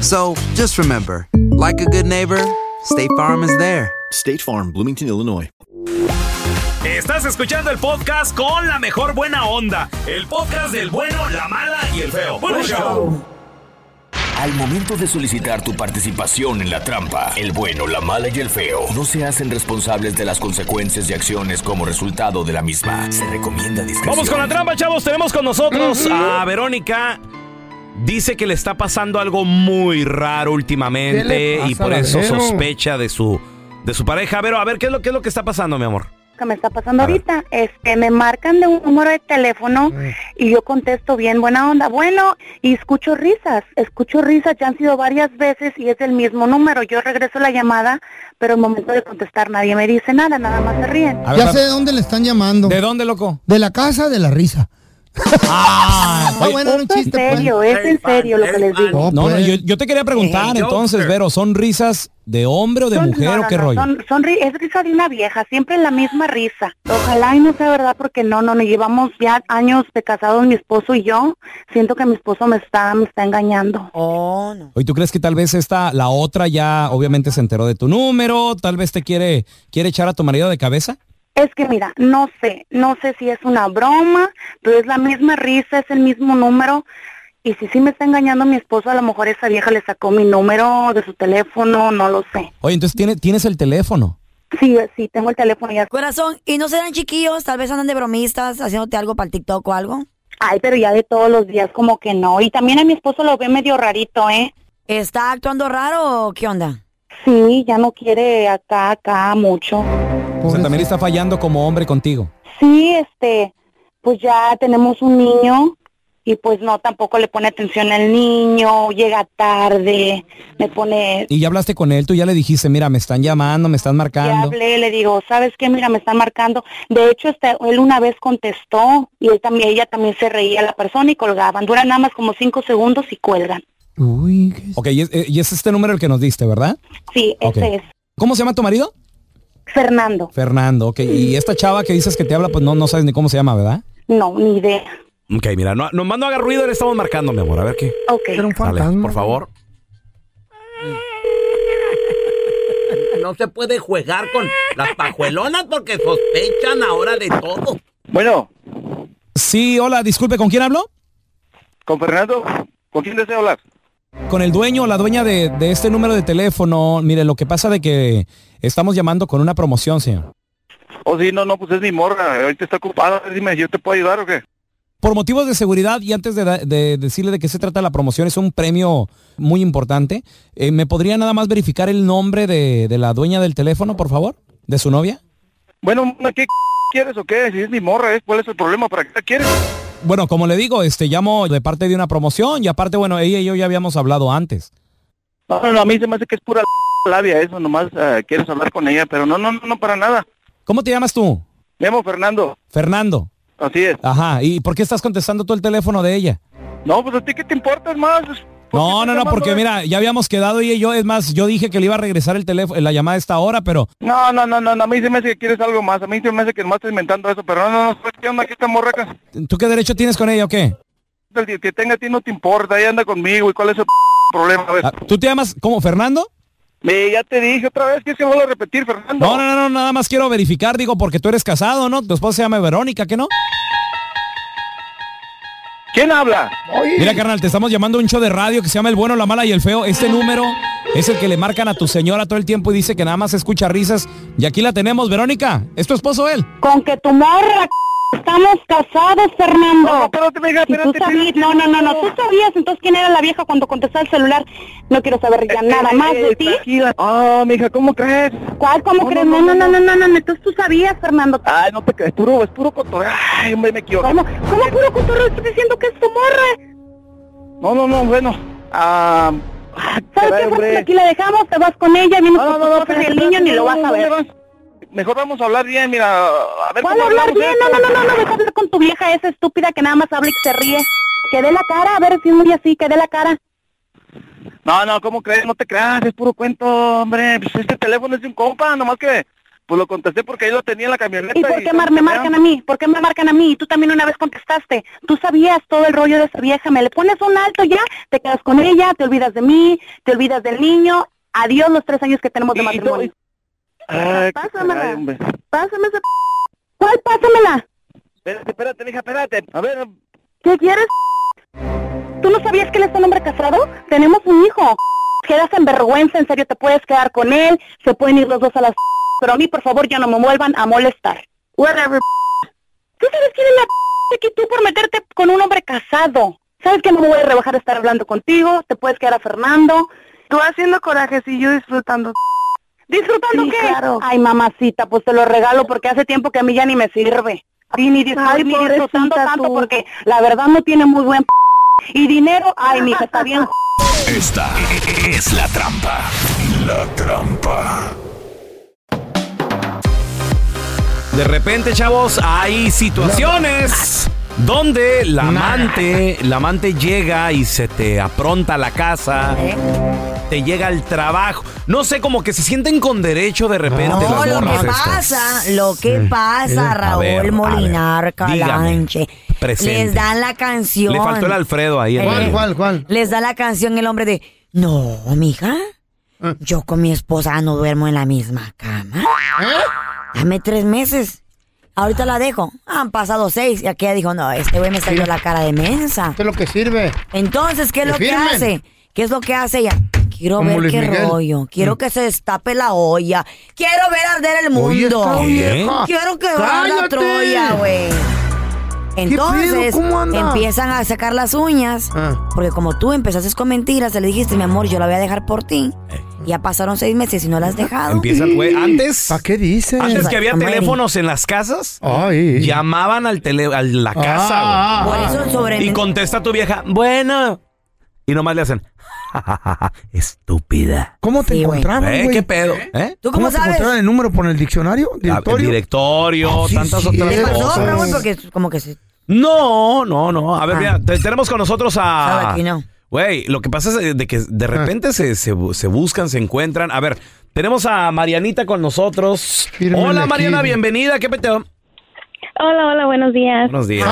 Speaker 5: So just remember, like a good neighbor, State Farm is there.
Speaker 19: State Farm, Bloomington, Illinois.
Speaker 20: Estás escuchando el podcast con la mejor buena onda. El podcast del bueno, la mala y el feo. Bueno, show.
Speaker 15: Al momento de solicitar tu participación en la trampa, el bueno, la mala y el feo no se hacen responsables de las consecuencias y acciones como resultado de la misma. Se recomienda discreción.
Speaker 21: Vamos con la trampa, chavos. Tenemos con nosotros a Verónica. Dice que le está pasando algo muy raro
Speaker 20: ¿Qué le
Speaker 21: últimamente
Speaker 20: pasa
Speaker 21: y por
Speaker 20: a la
Speaker 21: eso
Speaker 20: Vero?
Speaker 21: sospecha de su, de su pareja. Vero, a ver, ¿qué es lo, qué es lo que está pasando, mi amor?
Speaker 22: que me está pasando
Speaker 21: A ver. Mm.
Speaker 22: ahorita. Este, me marcan de un número de teléfono y yo contesto bien buena onda, bueno, y escucho risas, escucho risas, ya han sido varias veces y es el mismo número. Yo regreso la llamada, pero al momento de contestar nadie me dice nada, nada más se ríen.
Speaker 2: Ya sé de dónde le están llamando. ¿De
Speaker 21: dónde, loco?
Speaker 2: De la casa de la risa.
Speaker 21: Ah,
Speaker 22: Está
Speaker 2: bueno, era un
Speaker 22: es en serio, es en serio lo que les digo.
Speaker 1: No,
Speaker 2: pues.
Speaker 1: no, yo, yo te quería preguntar
Speaker 22: Hey,
Speaker 1: entonces, Vero, ¿son risas de hombre o de
Speaker 22: Son-
Speaker 1: mujer
Speaker 22: no,
Speaker 1: o
Speaker 22: no,
Speaker 1: qué
Speaker 22: no,
Speaker 1: rollo?
Speaker 22: son- son ri- es risa de una vieja, siempre la misma risa. Ojalá y no sea verdad porque no, no, no, llevamos ya años de casados mi esposo y yo. Siento que mi esposo me está, me está engañando.
Speaker 1: Oh, no. ¿Y tú crees que tal vez esta, la otra ya obviamente se enteró de tu número, tal vez te quiere, quiere echar a tu marido de cabeza?
Speaker 22: Es que mira, no sé, no sé si es una broma, pero es la misma risa, es el mismo número. Y si sí me está engañando mi esposo, a lo mejor esa vieja le sacó mi número de su teléfono, no lo sé.
Speaker 1: Oye, entonces tiene, tienes el teléfono.
Speaker 22: Sí, sí, tengo el teléfono ya.
Speaker 3: Corazón, ¿y no serán chiquillos? Tal vez andan de bromistas haciéndote algo para el TikTok o algo.
Speaker 22: Ay, pero ya de todos los días como que no. Y también a mi esposo lo ve medio rarito, ¿eh?
Speaker 3: ¿Está actuando raro o qué onda?
Speaker 22: Sí, ya no quiere acá, acá mucho.
Speaker 1: O sea, también está fallando como hombre contigo.
Speaker 22: Sí, este, pues ya tenemos un niño y pues no, tampoco le pone atención al niño, llega tarde, me pone...
Speaker 1: Y ya hablaste con él, tú ya le dijiste, mira, me están llamando, me están
Speaker 22: Le
Speaker 1: marcando.
Speaker 22: hablé, le digo, ¿sabes qué? Mira, me están marcando. De hecho, este, él una vez contestó y él también, ella también se reía la persona y colgaban. Duran nada más como cinco segundos y cuelgan.
Speaker 1: Ok, y es, eh, y es este número el que nos diste, ¿verdad?
Speaker 22: Sí,
Speaker 1: Ok.
Speaker 22: ese es.
Speaker 1: ¿Cómo se llama tu marido?
Speaker 22: Fernando.
Speaker 1: Fernando, ok. Y esta chava que dices que te habla, pues no, no sabes ni cómo se llama, ¿verdad?
Speaker 22: No, ni idea.
Speaker 21: Ok, mira, no, nomás no haga ruido, le estamos marcando, mi amor. A ver qué.
Speaker 22: Ok.
Speaker 21: Dale, por favor.
Speaker 23: *laughs* No se puede jugar con las pajuelonas porque sospechan ahora de todo.
Speaker 24: Bueno,
Speaker 1: Sí, hola, disculpe, ¿con quién hablo?
Speaker 24: con Fernando, ¿con quién desea hablar?
Speaker 1: Con el dueño o la dueña de, de este número de teléfono. Mire, lo que pasa de que estamos llamando con una promoción, señor.
Speaker 24: Oh, sí, no, no, pues es mi morra, ahorita está ocupada, dime, ¿yo te puedo ayudar o qué?
Speaker 1: Por motivos de seguridad y antes de, da- de decirle de qué se trata la promoción, es un premio muy importante. Eh, ¿Me podría nada más verificar el nombre de, de la dueña del teléfono, por favor? ¿De su novia?
Speaker 24: Bueno, ¿una ¿qué quieres o qué? Si es mi morra, ¿eh? ¿cuál es el problema? ¿Para qué la quieres?
Speaker 1: Bueno, como le digo, este llamo de parte de una promoción y aparte, bueno, ella y yo ya habíamos hablado antes.
Speaker 24: No, no, no, a mí se me hace que es pura *laughs* labia eso, nomás ah, quieres hablar con ella, pero no, no, no, no, para nada.
Speaker 1: ¿Cómo te llamas tú?
Speaker 24: Me llamo Fernando,
Speaker 1: Fernando.
Speaker 24: así es.
Speaker 1: Ajá, ¿y por qué estás contestando tú el teléfono de ella?
Speaker 24: No, pues a ti qué te importa, es más.
Speaker 1: No, no, no, porque mira, ya habíamos quedado ella y yo, es más, yo dije que le iba a regresar el teléfono, la llamada a esta hora, pero
Speaker 24: No, no, no, no, no, a mí se me hace que quieres algo más, a mí se me hace que nomás estás inventando eso, pero no, no, no, ¿sabes qué onda aquí esta morra? acá?
Speaker 1: ¿tú qué derecho tienes con ella o qué?
Speaker 24: El que- que tenga a ti no te importa, ella anda conmigo, ¿y cuál es el problema? A ver.
Speaker 1: Ah, ¿Tú te llamas como Fernando?
Speaker 24: Me, ya te dije otra vez que se vuelve a repetir, Fernando.
Speaker 1: No, no, no, no, nada más quiero verificar, digo, porque tú eres casado, ¿no? Tu esposa se llama Verónica, ¿qué no?
Speaker 24: ¿Quién habla?
Speaker 1: Mira, carnal, te estamos llamando a un show de radio que se llama El Bueno, la Mala y el Feo. Este número es el que le marcan a tu señora todo el tiempo y dice que nada más escucha risas. Y aquí la tenemos, Verónica. ¿Es tu esposo él?
Speaker 22: Con que tu morra, c- estamos casados, Fernando. No,
Speaker 24: espérate, mija,
Speaker 22: espérate. no, no, no, no, tú sabías entonces quién era la vieja cuando contestaba el celular. No quiero saber
Speaker 24: Eh,
Speaker 22: ya nada más de ti.
Speaker 24: Ah, mija, ¿cómo crees?
Speaker 22: ¿Cuál? ¿Cómo crees? No, no, no, no, no, no, entonces tú sabías, Fernando.
Speaker 24: Ay, no te crees, puro, es puro cotorreo. Ay, hombre, me equivoqué.
Speaker 22: ¿Cómo? ¿Cómo puro cotorreo estás diciendo que es tu morra?
Speaker 24: No, no, no, bueno. Ah,
Speaker 22: ¿Sabes qué, Fernando? Aquí la dejamos, te vas con ella, vienes con tu esposa y el niño ni lo vas a ver.
Speaker 24: Mejor vamos a hablar bien, mira, a ver
Speaker 22: ¿Cuál
Speaker 24: cómo
Speaker 22: hablar
Speaker 24: hablamos
Speaker 22: bien?
Speaker 24: esto.
Speaker 22: No, no, no, no, no, deja hablar con tu vieja esa estúpida que nada más habla y que se ríe. Que dé la cara, a ver si es muy así, que dé la cara.
Speaker 24: No, no, ¿cómo crees? No te creas, es puro cuento, hombre. Pues este teléfono es de un compa, nomás que pues lo contesté porque ahí lo tenía en la camioneta.
Speaker 22: ¿Y por qué mar- me marcan a mí? ¿Por qué me marcan a mí? Y Tú también una vez contestaste. Tú sabías todo el rollo de esa vieja. Me le pones un alto ya, te quedas con ella, te olvidas de mí, te olvidas del niño. Adiós los tres años que tenemos de matrimonio.
Speaker 24: Ay, qué
Speaker 22: Pásamela.
Speaker 24: caray, hombre.
Speaker 22: Pásame esa... p- ¿Cuál? Pásamela.
Speaker 24: Espérate, espérate, mija, espérate. A ver,
Speaker 22: ¿Qué quieres? p-? ¿Tú no sabías que él es un hombre casado? Tenemos un hijo. Quedas en vergüenza, en serio, te puedes quedar con él, se pueden ir los dos a las... p-, Pero a mí, por favor, ya no me vuelvan a molestar. Whatever. p-. ¿Tú sabes quién es la p- que tú por meterte con un hombre casado? ¿Sabes que no me voy a rebajar a estar hablando contigo? Te puedes quedar a Fernando. Tú haciendo corajes y yo disfrutando. ¿Disfrutando qué? Ay, mamacita, pues te lo regalo porque hace tiempo que a mí ya ni me sirve. Y ni, dis-
Speaker 3: Ay,
Speaker 22: ni
Speaker 3: pobrecita
Speaker 22: disfrutando tanto
Speaker 3: tú.
Speaker 22: porque la verdad no tiene muy buen... p- Y dinero, ay, mija, está bien...
Speaker 15: Esta es la trampa. La trampa.
Speaker 1: De repente, chavos, hay situaciones donde la amante, la amante llega y se te apronta a la casa, te llega al trabajo. No sé, como que se sienten con derecho de repente
Speaker 3: No,
Speaker 1: las
Speaker 3: lo
Speaker 1: morras
Speaker 3: que
Speaker 1: estas.
Speaker 3: pasa, lo que
Speaker 1: Sí. Eh,
Speaker 3: pasa,
Speaker 1: A
Speaker 3: Raúl
Speaker 1: ver, a ver,
Speaker 3: Molinar Calanche.
Speaker 1: presente.
Speaker 3: Les dan la canción.
Speaker 1: Le faltó el Alfredo ahí. en
Speaker 3: ¿Cuál,
Speaker 1: medio.
Speaker 3: cuál, Les da la canción el hombre de, no, mija, yo con mi esposa no duermo en la misma cama. Dame tres meses. Ahorita la dejo. Han pasado seis y aquella dijo, no, este güey me salió la cara de mensa. ¿Qué es lo que sirve? Entonces, ¿qué es
Speaker 22: Que
Speaker 3: lo que
Speaker 22: firmen.
Speaker 3: hace? ¿Qué es lo que hace ella? Quiero
Speaker 22: Como
Speaker 3: ver
Speaker 22: Luis
Speaker 3: qué
Speaker 22: Miguel.
Speaker 3: rollo. Quiero
Speaker 22: Mm.
Speaker 3: que se destape la olla. Quiero ver arder el
Speaker 22: Oye,
Speaker 3: mundo.
Speaker 22: esta vieja.
Speaker 3: Quiero que arda
Speaker 22: ¡Cállate!
Speaker 3: Troya, güey. Entonces,
Speaker 22: pedo? ¿Cómo anda? Ah.
Speaker 3: empiezan a sacar las uñas. Porque como tú empezaste con mentiras, le dijiste, mi amor, yo la voy a dejar por ti.
Speaker 22: Eh.
Speaker 3: Ya pasaron seis meses y no la has dejado.
Speaker 1: Empieza, güey. Antes.
Speaker 3: ¿Para qué dices?
Speaker 1: Antes que había teléfonos en las casas, llamaban al tele, a la
Speaker 3: Ah.
Speaker 1: casa, güey.
Speaker 3: Por eso sobre-
Speaker 1: Y contesta tu vieja, bueno. Y nomás le hacen, estúpida.
Speaker 2: ¿Cómo te encontraron,
Speaker 1: Eh,
Speaker 2: güey?
Speaker 1: ¿Qué pedo? ¿Eh? Ah,
Speaker 2: ¿Tú cómo, te encontraron el número por el diccionario?
Speaker 1: El
Speaker 2: ¿Directorio?
Speaker 1: directorio,
Speaker 2: Ah, sí,
Speaker 1: tantas
Speaker 2: sí,
Speaker 1: otras
Speaker 2: ¿Te pasó,
Speaker 1: cosas.
Speaker 2: Raúl?
Speaker 3: Porque como que se...
Speaker 1: No, no, no. A ver,
Speaker 3: Ah.
Speaker 1: mira, te- tenemos con nosotros a.
Speaker 3: Sabatino.
Speaker 1: Güey, lo que pasa es de que de repente se, se bu- se buscan, se encuentran. A ver, tenemos a Marianita con nosotros. Hola,
Speaker 8: aquí.
Speaker 1: Mariana, bienvenida. ¿Qué peteo?
Speaker 8: Hola, hola, buenos días.
Speaker 1: Buenos días.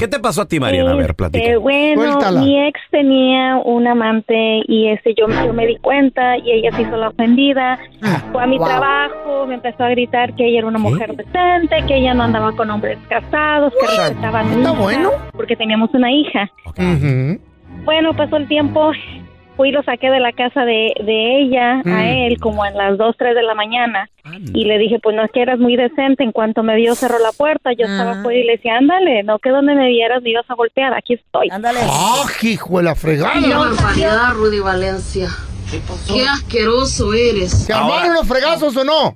Speaker 1: ¿Qué te pasó a ti, Mariana? A ver, platica.
Speaker 8: Eh, bueno,
Speaker 1: Suéltala.
Speaker 8: mi ex tenía un amante y este yo, yo me di cuenta y ella se hizo la ofendida.
Speaker 1: Ah,
Speaker 8: Fue a mi wow. trabajo, me empezó a gritar que ella era una mujer decente, que ella no andaba con hombres casados, que respetaba a mi hija, porque teníamos una hija. Bueno, pasó el tiempo, fui y lo saqué de la casa de, de ella
Speaker 9: Mm.
Speaker 8: a él como en las 2, 3 de la mañana. Y le dije, pues no es que eras muy decente. En cuanto me vio, cerró la puerta. Yo estaba
Speaker 3: Ah.
Speaker 8: afuera y le decía, ándale, no que donde me vieras me ibas a golpear. Aquí estoy. Ándale.
Speaker 2: ¡Ah, hijo de la fregada!
Speaker 8: barbaridad,
Speaker 25: Rudy Valencia. ¿Qué asqueroso eres.
Speaker 2: ¿Se armaron los fregazos o no?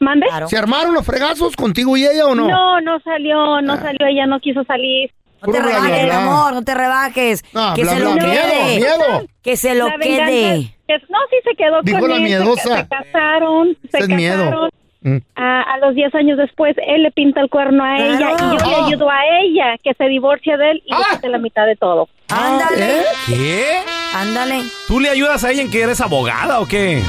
Speaker 8: ¿Mande?
Speaker 2: ¿Se armaron los fregazos contigo y ella o no?
Speaker 8: No, no salió, no salió. Ella no quiso salir.
Speaker 2: No te Puro bla, rebajes, bla, bla. amor,
Speaker 3: no te rebajes.
Speaker 2: Ah,
Speaker 3: que
Speaker 2: bla,
Speaker 3: se
Speaker 2: bla,
Speaker 3: lo
Speaker 2: miedo,
Speaker 3: quede.
Speaker 2: miedo.
Speaker 3: Que se lo
Speaker 8: La venganza-
Speaker 3: quede.
Speaker 8: que- no, sí se quedó
Speaker 3: Dijo
Speaker 8: con
Speaker 3: la
Speaker 8: él, se-
Speaker 3: miedosa.
Speaker 8: Se, casaron, se
Speaker 3: Ese es
Speaker 8: casaron.
Speaker 3: miedo. Mm.
Speaker 8: A, a los 10 años después, él le pinta el cuerno a ella y yo
Speaker 3: Ah.
Speaker 8: le ayudo a ella que se divorcie de él y le quite la mitad de todo.
Speaker 3: Ándale.
Speaker 1: ¿Qué?
Speaker 3: Ándale.
Speaker 1: ¿Tú le ayudas a ella en que eres abogada o qué?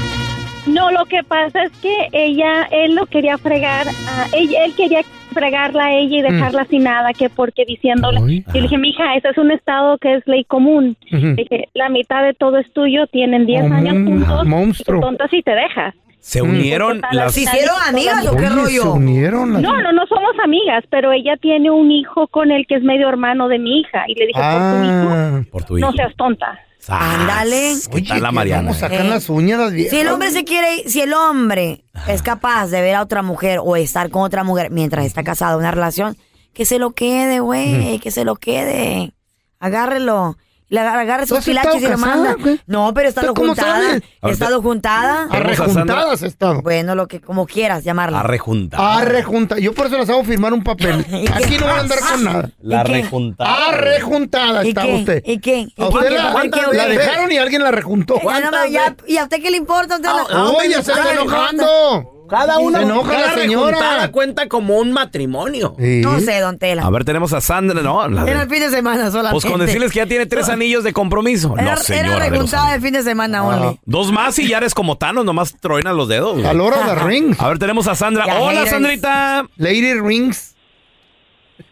Speaker 8: No, lo que pasa es que ella, él lo quería fregar, a ella, él quería fregarla a
Speaker 2: Mm.
Speaker 8: ella y dejarla sin nada, que porque diciéndole, yo le dije, mija, ese es un estado que es ley común,
Speaker 2: Ujú.
Speaker 8: Le dije, la mitad de todo es tuyo, tienen 10
Speaker 2: Como
Speaker 8: años
Speaker 2: un
Speaker 8: juntos,
Speaker 2: ah, monstruo.
Speaker 8: y tú tonta si te dejas.
Speaker 1: Se unieron las.
Speaker 8: ¿Se hicieron amigas o qué
Speaker 2: Oye,
Speaker 8: rollo?
Speaker 2: ¿Se unieron? las-
Speaker 8: No, no, no somos amigas, pero ella tiene un hijo con el que es medio hermano de mi hija, y le dije,
Speaker 2: Ah.
Speaker 1: Por
Speaker 8: "Pues, no seas tonta.
Speaker 3: Ándale.
Speaker 1: ¿Qué tal la Mariana?
Speaker 2: Vamos a sacar
Speaker 3: Eh.
Speaker 2: las uñas las viejas.
Speaker 3: Si el hombre se quiere, si el hombre es capaz de ver a otra mujer o estar con otra mujer mientras está casado en una relación, que se lo quede, güey, que se lo quede. Agárrelo. Le agar- agarre
Speaker 2: ¿Tú
Speaker 3: sus
Speaker 2: has estado
Speaker 3: pilachos y lo
Speaker 2: casada,
Speaker 3: manda.
Speaker 2: güey?
Speaker 3: No, pero he estado
Speaker 2: ¿Tú cómo
Speaker 3: juntada.
Speaker 2: sabes?
Speaker 3: He estado juntada.
Speaker 2: Tenemos a Sandra. Arrejuntadas he estado.
Speaker 3: Bueno, lo que como quieras llamarlo.
Speaker 1: La rejuntada.
Speaker 2: Ah, rejunta. Yo por eso las hago firmar
Speaker 3: *laughs*
Speaker 2: un papel. Aquí no van a andar con nada.
Speaker 1: La rejuntada.
Speaker 2: Ah, rejuntada
Speaker 3: ¿Y
Speaker 2: está
Speaker 3: qué? Eh,
Speaker 2: usted.
Speaker 3: ¿Y qué? ¿Y
Speaker 2: A
Speaker 3: qué?
Speaker 2: usted la,
Speaker 3: ¿Cuántas
Speaker 2: la
Speaker 3: veces?
Speaker 2: dejaron y alguien la rejuntó.
Speaker 3: Ya
Speaker 2: Ah,
Speaker 3: no me- ya- ¿Y a usted qué le importa? Usted la-
Speaker 2: ¡Oye, se está enojando!
Speaker 26: Cada
Speaker 3: Se
Speaker 26: una
Speaker 3: enoja
Speaker 26: cada
Speaker 3: la señora.
Speaker 26: rejuntada cuenta como un matrimonio.
Speaker 3: No sé, don Tela.
Speaker 1: A ver, tenemos a Sandra, ¿no? La de-
Speaker 3: Era el fin de semana solamente.
Speaker 1: pues con decirles que ya tiene tres anillos de compromiso.
Speaker 3: Era,
Speaker 1: no, señora.
Speaker 3: era
Speaker 1: de los
Speaker 3: reguntada de fin de semana, only.
Speaker 1: Dos más y ya eres como Thanos, nomás truena los dedos. güey.
Speaker 3: Al oro de ring.
Speaker 1: A ver, tenemos a Sandra.
Speaker 3: Ya,
Speaker 1: Hola,
Speaker 3: haters.
Speaker 1: Sandrita.
Speaker 2: Lady Rings.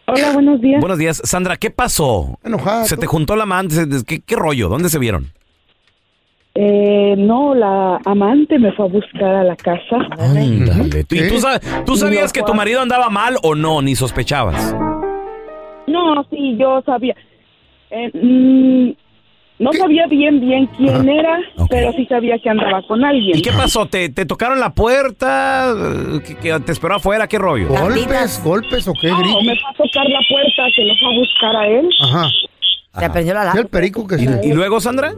Speaker 27: Hola, buenos días.
Speaker 1: Buenos días. Sandra, ¿qué pasó?
Speaker 2: Enojada.
Speaker 1: Se te juntó la amante. se- ¿Qué, qué rollo? ¿Dónde se vieron?
Speaker 27: Eh, no, la amante me fue a buscar a la casa.
Speaker 1: Ándale. ¿Tú, y tú sa- tú sabías
Speaker 27: No,
Speaker 1: que tu
Speaker 27: Juan.
Speaker 1: marido andaba mal o no? Ni sospechabas.
Speaker 27: No, sí, yo sabía. Eh, mm, no sabía bien, bien quién era, pero sí sabía que andaba con alguien.
Speaker 1: ¿Y qué pasó? ¿Te, te tocaron la puerta? ¿Que, que te esperó afuera? ¿Qué rollo?
Speaker 2: ¿Golpes? ¿Golpes o qué?
Speaker 27: No, me fue a tocar la puerta, que lo fue a buscar a él.
Speaker 2: Ajá.
Speaker 3: Se aprendió la
Speaker 2: ¿Y el perico que se-
Speaker 1: ¿Y luego, Sandra?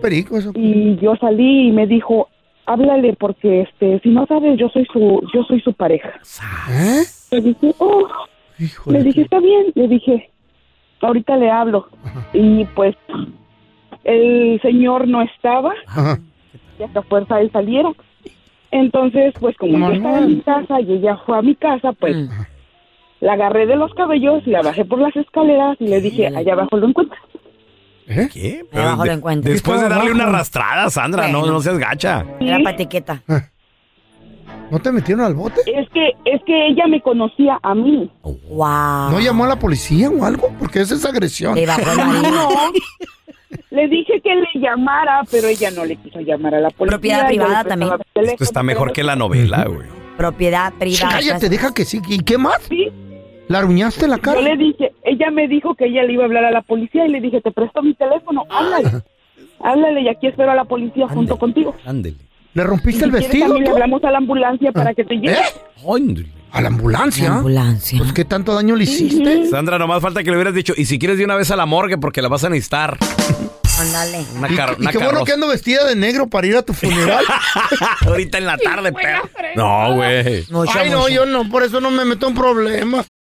Speaker 2: Perico, eso.
Speaker 27: Y yo salí y me dijo, háblale porque este, si no sabes, yo soy su, yo soy su pareja.
Speaker 2: ¿Eh?
Speaker 27: Le dije, oh, le dije, está bien, le dije, ahorita le hablo. Y pues el señor no estaba, ya que a fuerza él saliera. Entonces, pues como yo estaba en mi casa y ella fue a mi casa, pues la agarré de los cabellos, la bajé por las escaleras y le dije, allá abajo lo encuentro.
Speaker 2: ¿Eh?
Speaker 1: ¿Qué?
Speaker 3: Pero abajo lo encuentro.
Speaker 1: Después de darle una arrastrada, Sandra, no,
Speaker 3: Bueno.
Speaker 1: no seas gacha.
Speaker 3: Era patiqueta.
Speaker 2: ¿No te metieron al bote?
Speaker 27: Es que, es que ella me conocía a mí.
Speaker 3: Wow.
Speaker 2: ¿No llamó a la policía o algo? Porque esa es agresión. Ah,
Speaker 3: *laughs*
Speaker 27: No. Le dije que le llamara, pero ella no le quiso llamar a la policía.
Speaker 3: Propiedad
Speaker 27: Yo le
Speaker 3: privada
Speaker 27: prestaba
Speaker 3: también.
Speaker 27: mi teléfono.
Speaker 1: Esto está mejor que la novela, güey.
Speaker 3: Propiedad privada.
Speaker 2: Cállate, deja que sí. ¿Y qué más? ¿La arruñaste la cara?
Speaker 27: Yo le dije, ella me dijo que ella le iba a hablar a la policía y le dije, te presto mi teléfono,
Speaker 2: *laughs*
Speaker 27: háblale. Háblale y aquí espero a la policía junto contigo.
Speaker 1: Ándele.
Speaker 2: ¿Le rompiste
Speaker 27: Si
Speaker 2: el
Speaker 27: quieres,
Speaker 2: vestido?
Speaker 27: también le
Speaker 2: tú? ¿Eh?
Speaker 27: hablamos a la ambulancia para que te lleve.
Speaker 2: ¿A la ambulancia?
Speaker 1: La
Speaker 3: ambulancia.
Speaker 2: Pues qué tanto daño le hiciste.
Speaker 1: Sandra, nomás falta que le hubieras dicho, y si quieres de una vez a la morgue porque la vas a necesitar.
Speaker 3: Ándale.
Speaker 1: Una, car-
Speaker 2: *laughs* Y
Speaker 1: una
Speaker 2: qué bueno
Speaker 1: carroza.
Speaker 2: que ando vestida de negro para ir a tu funeral.
Speaker 1: *laughs* Ahorita en la tarde, pero. No, güey.
Speaker 2: *laughs* Ay, no, yo no, por eso no me meto en problemas.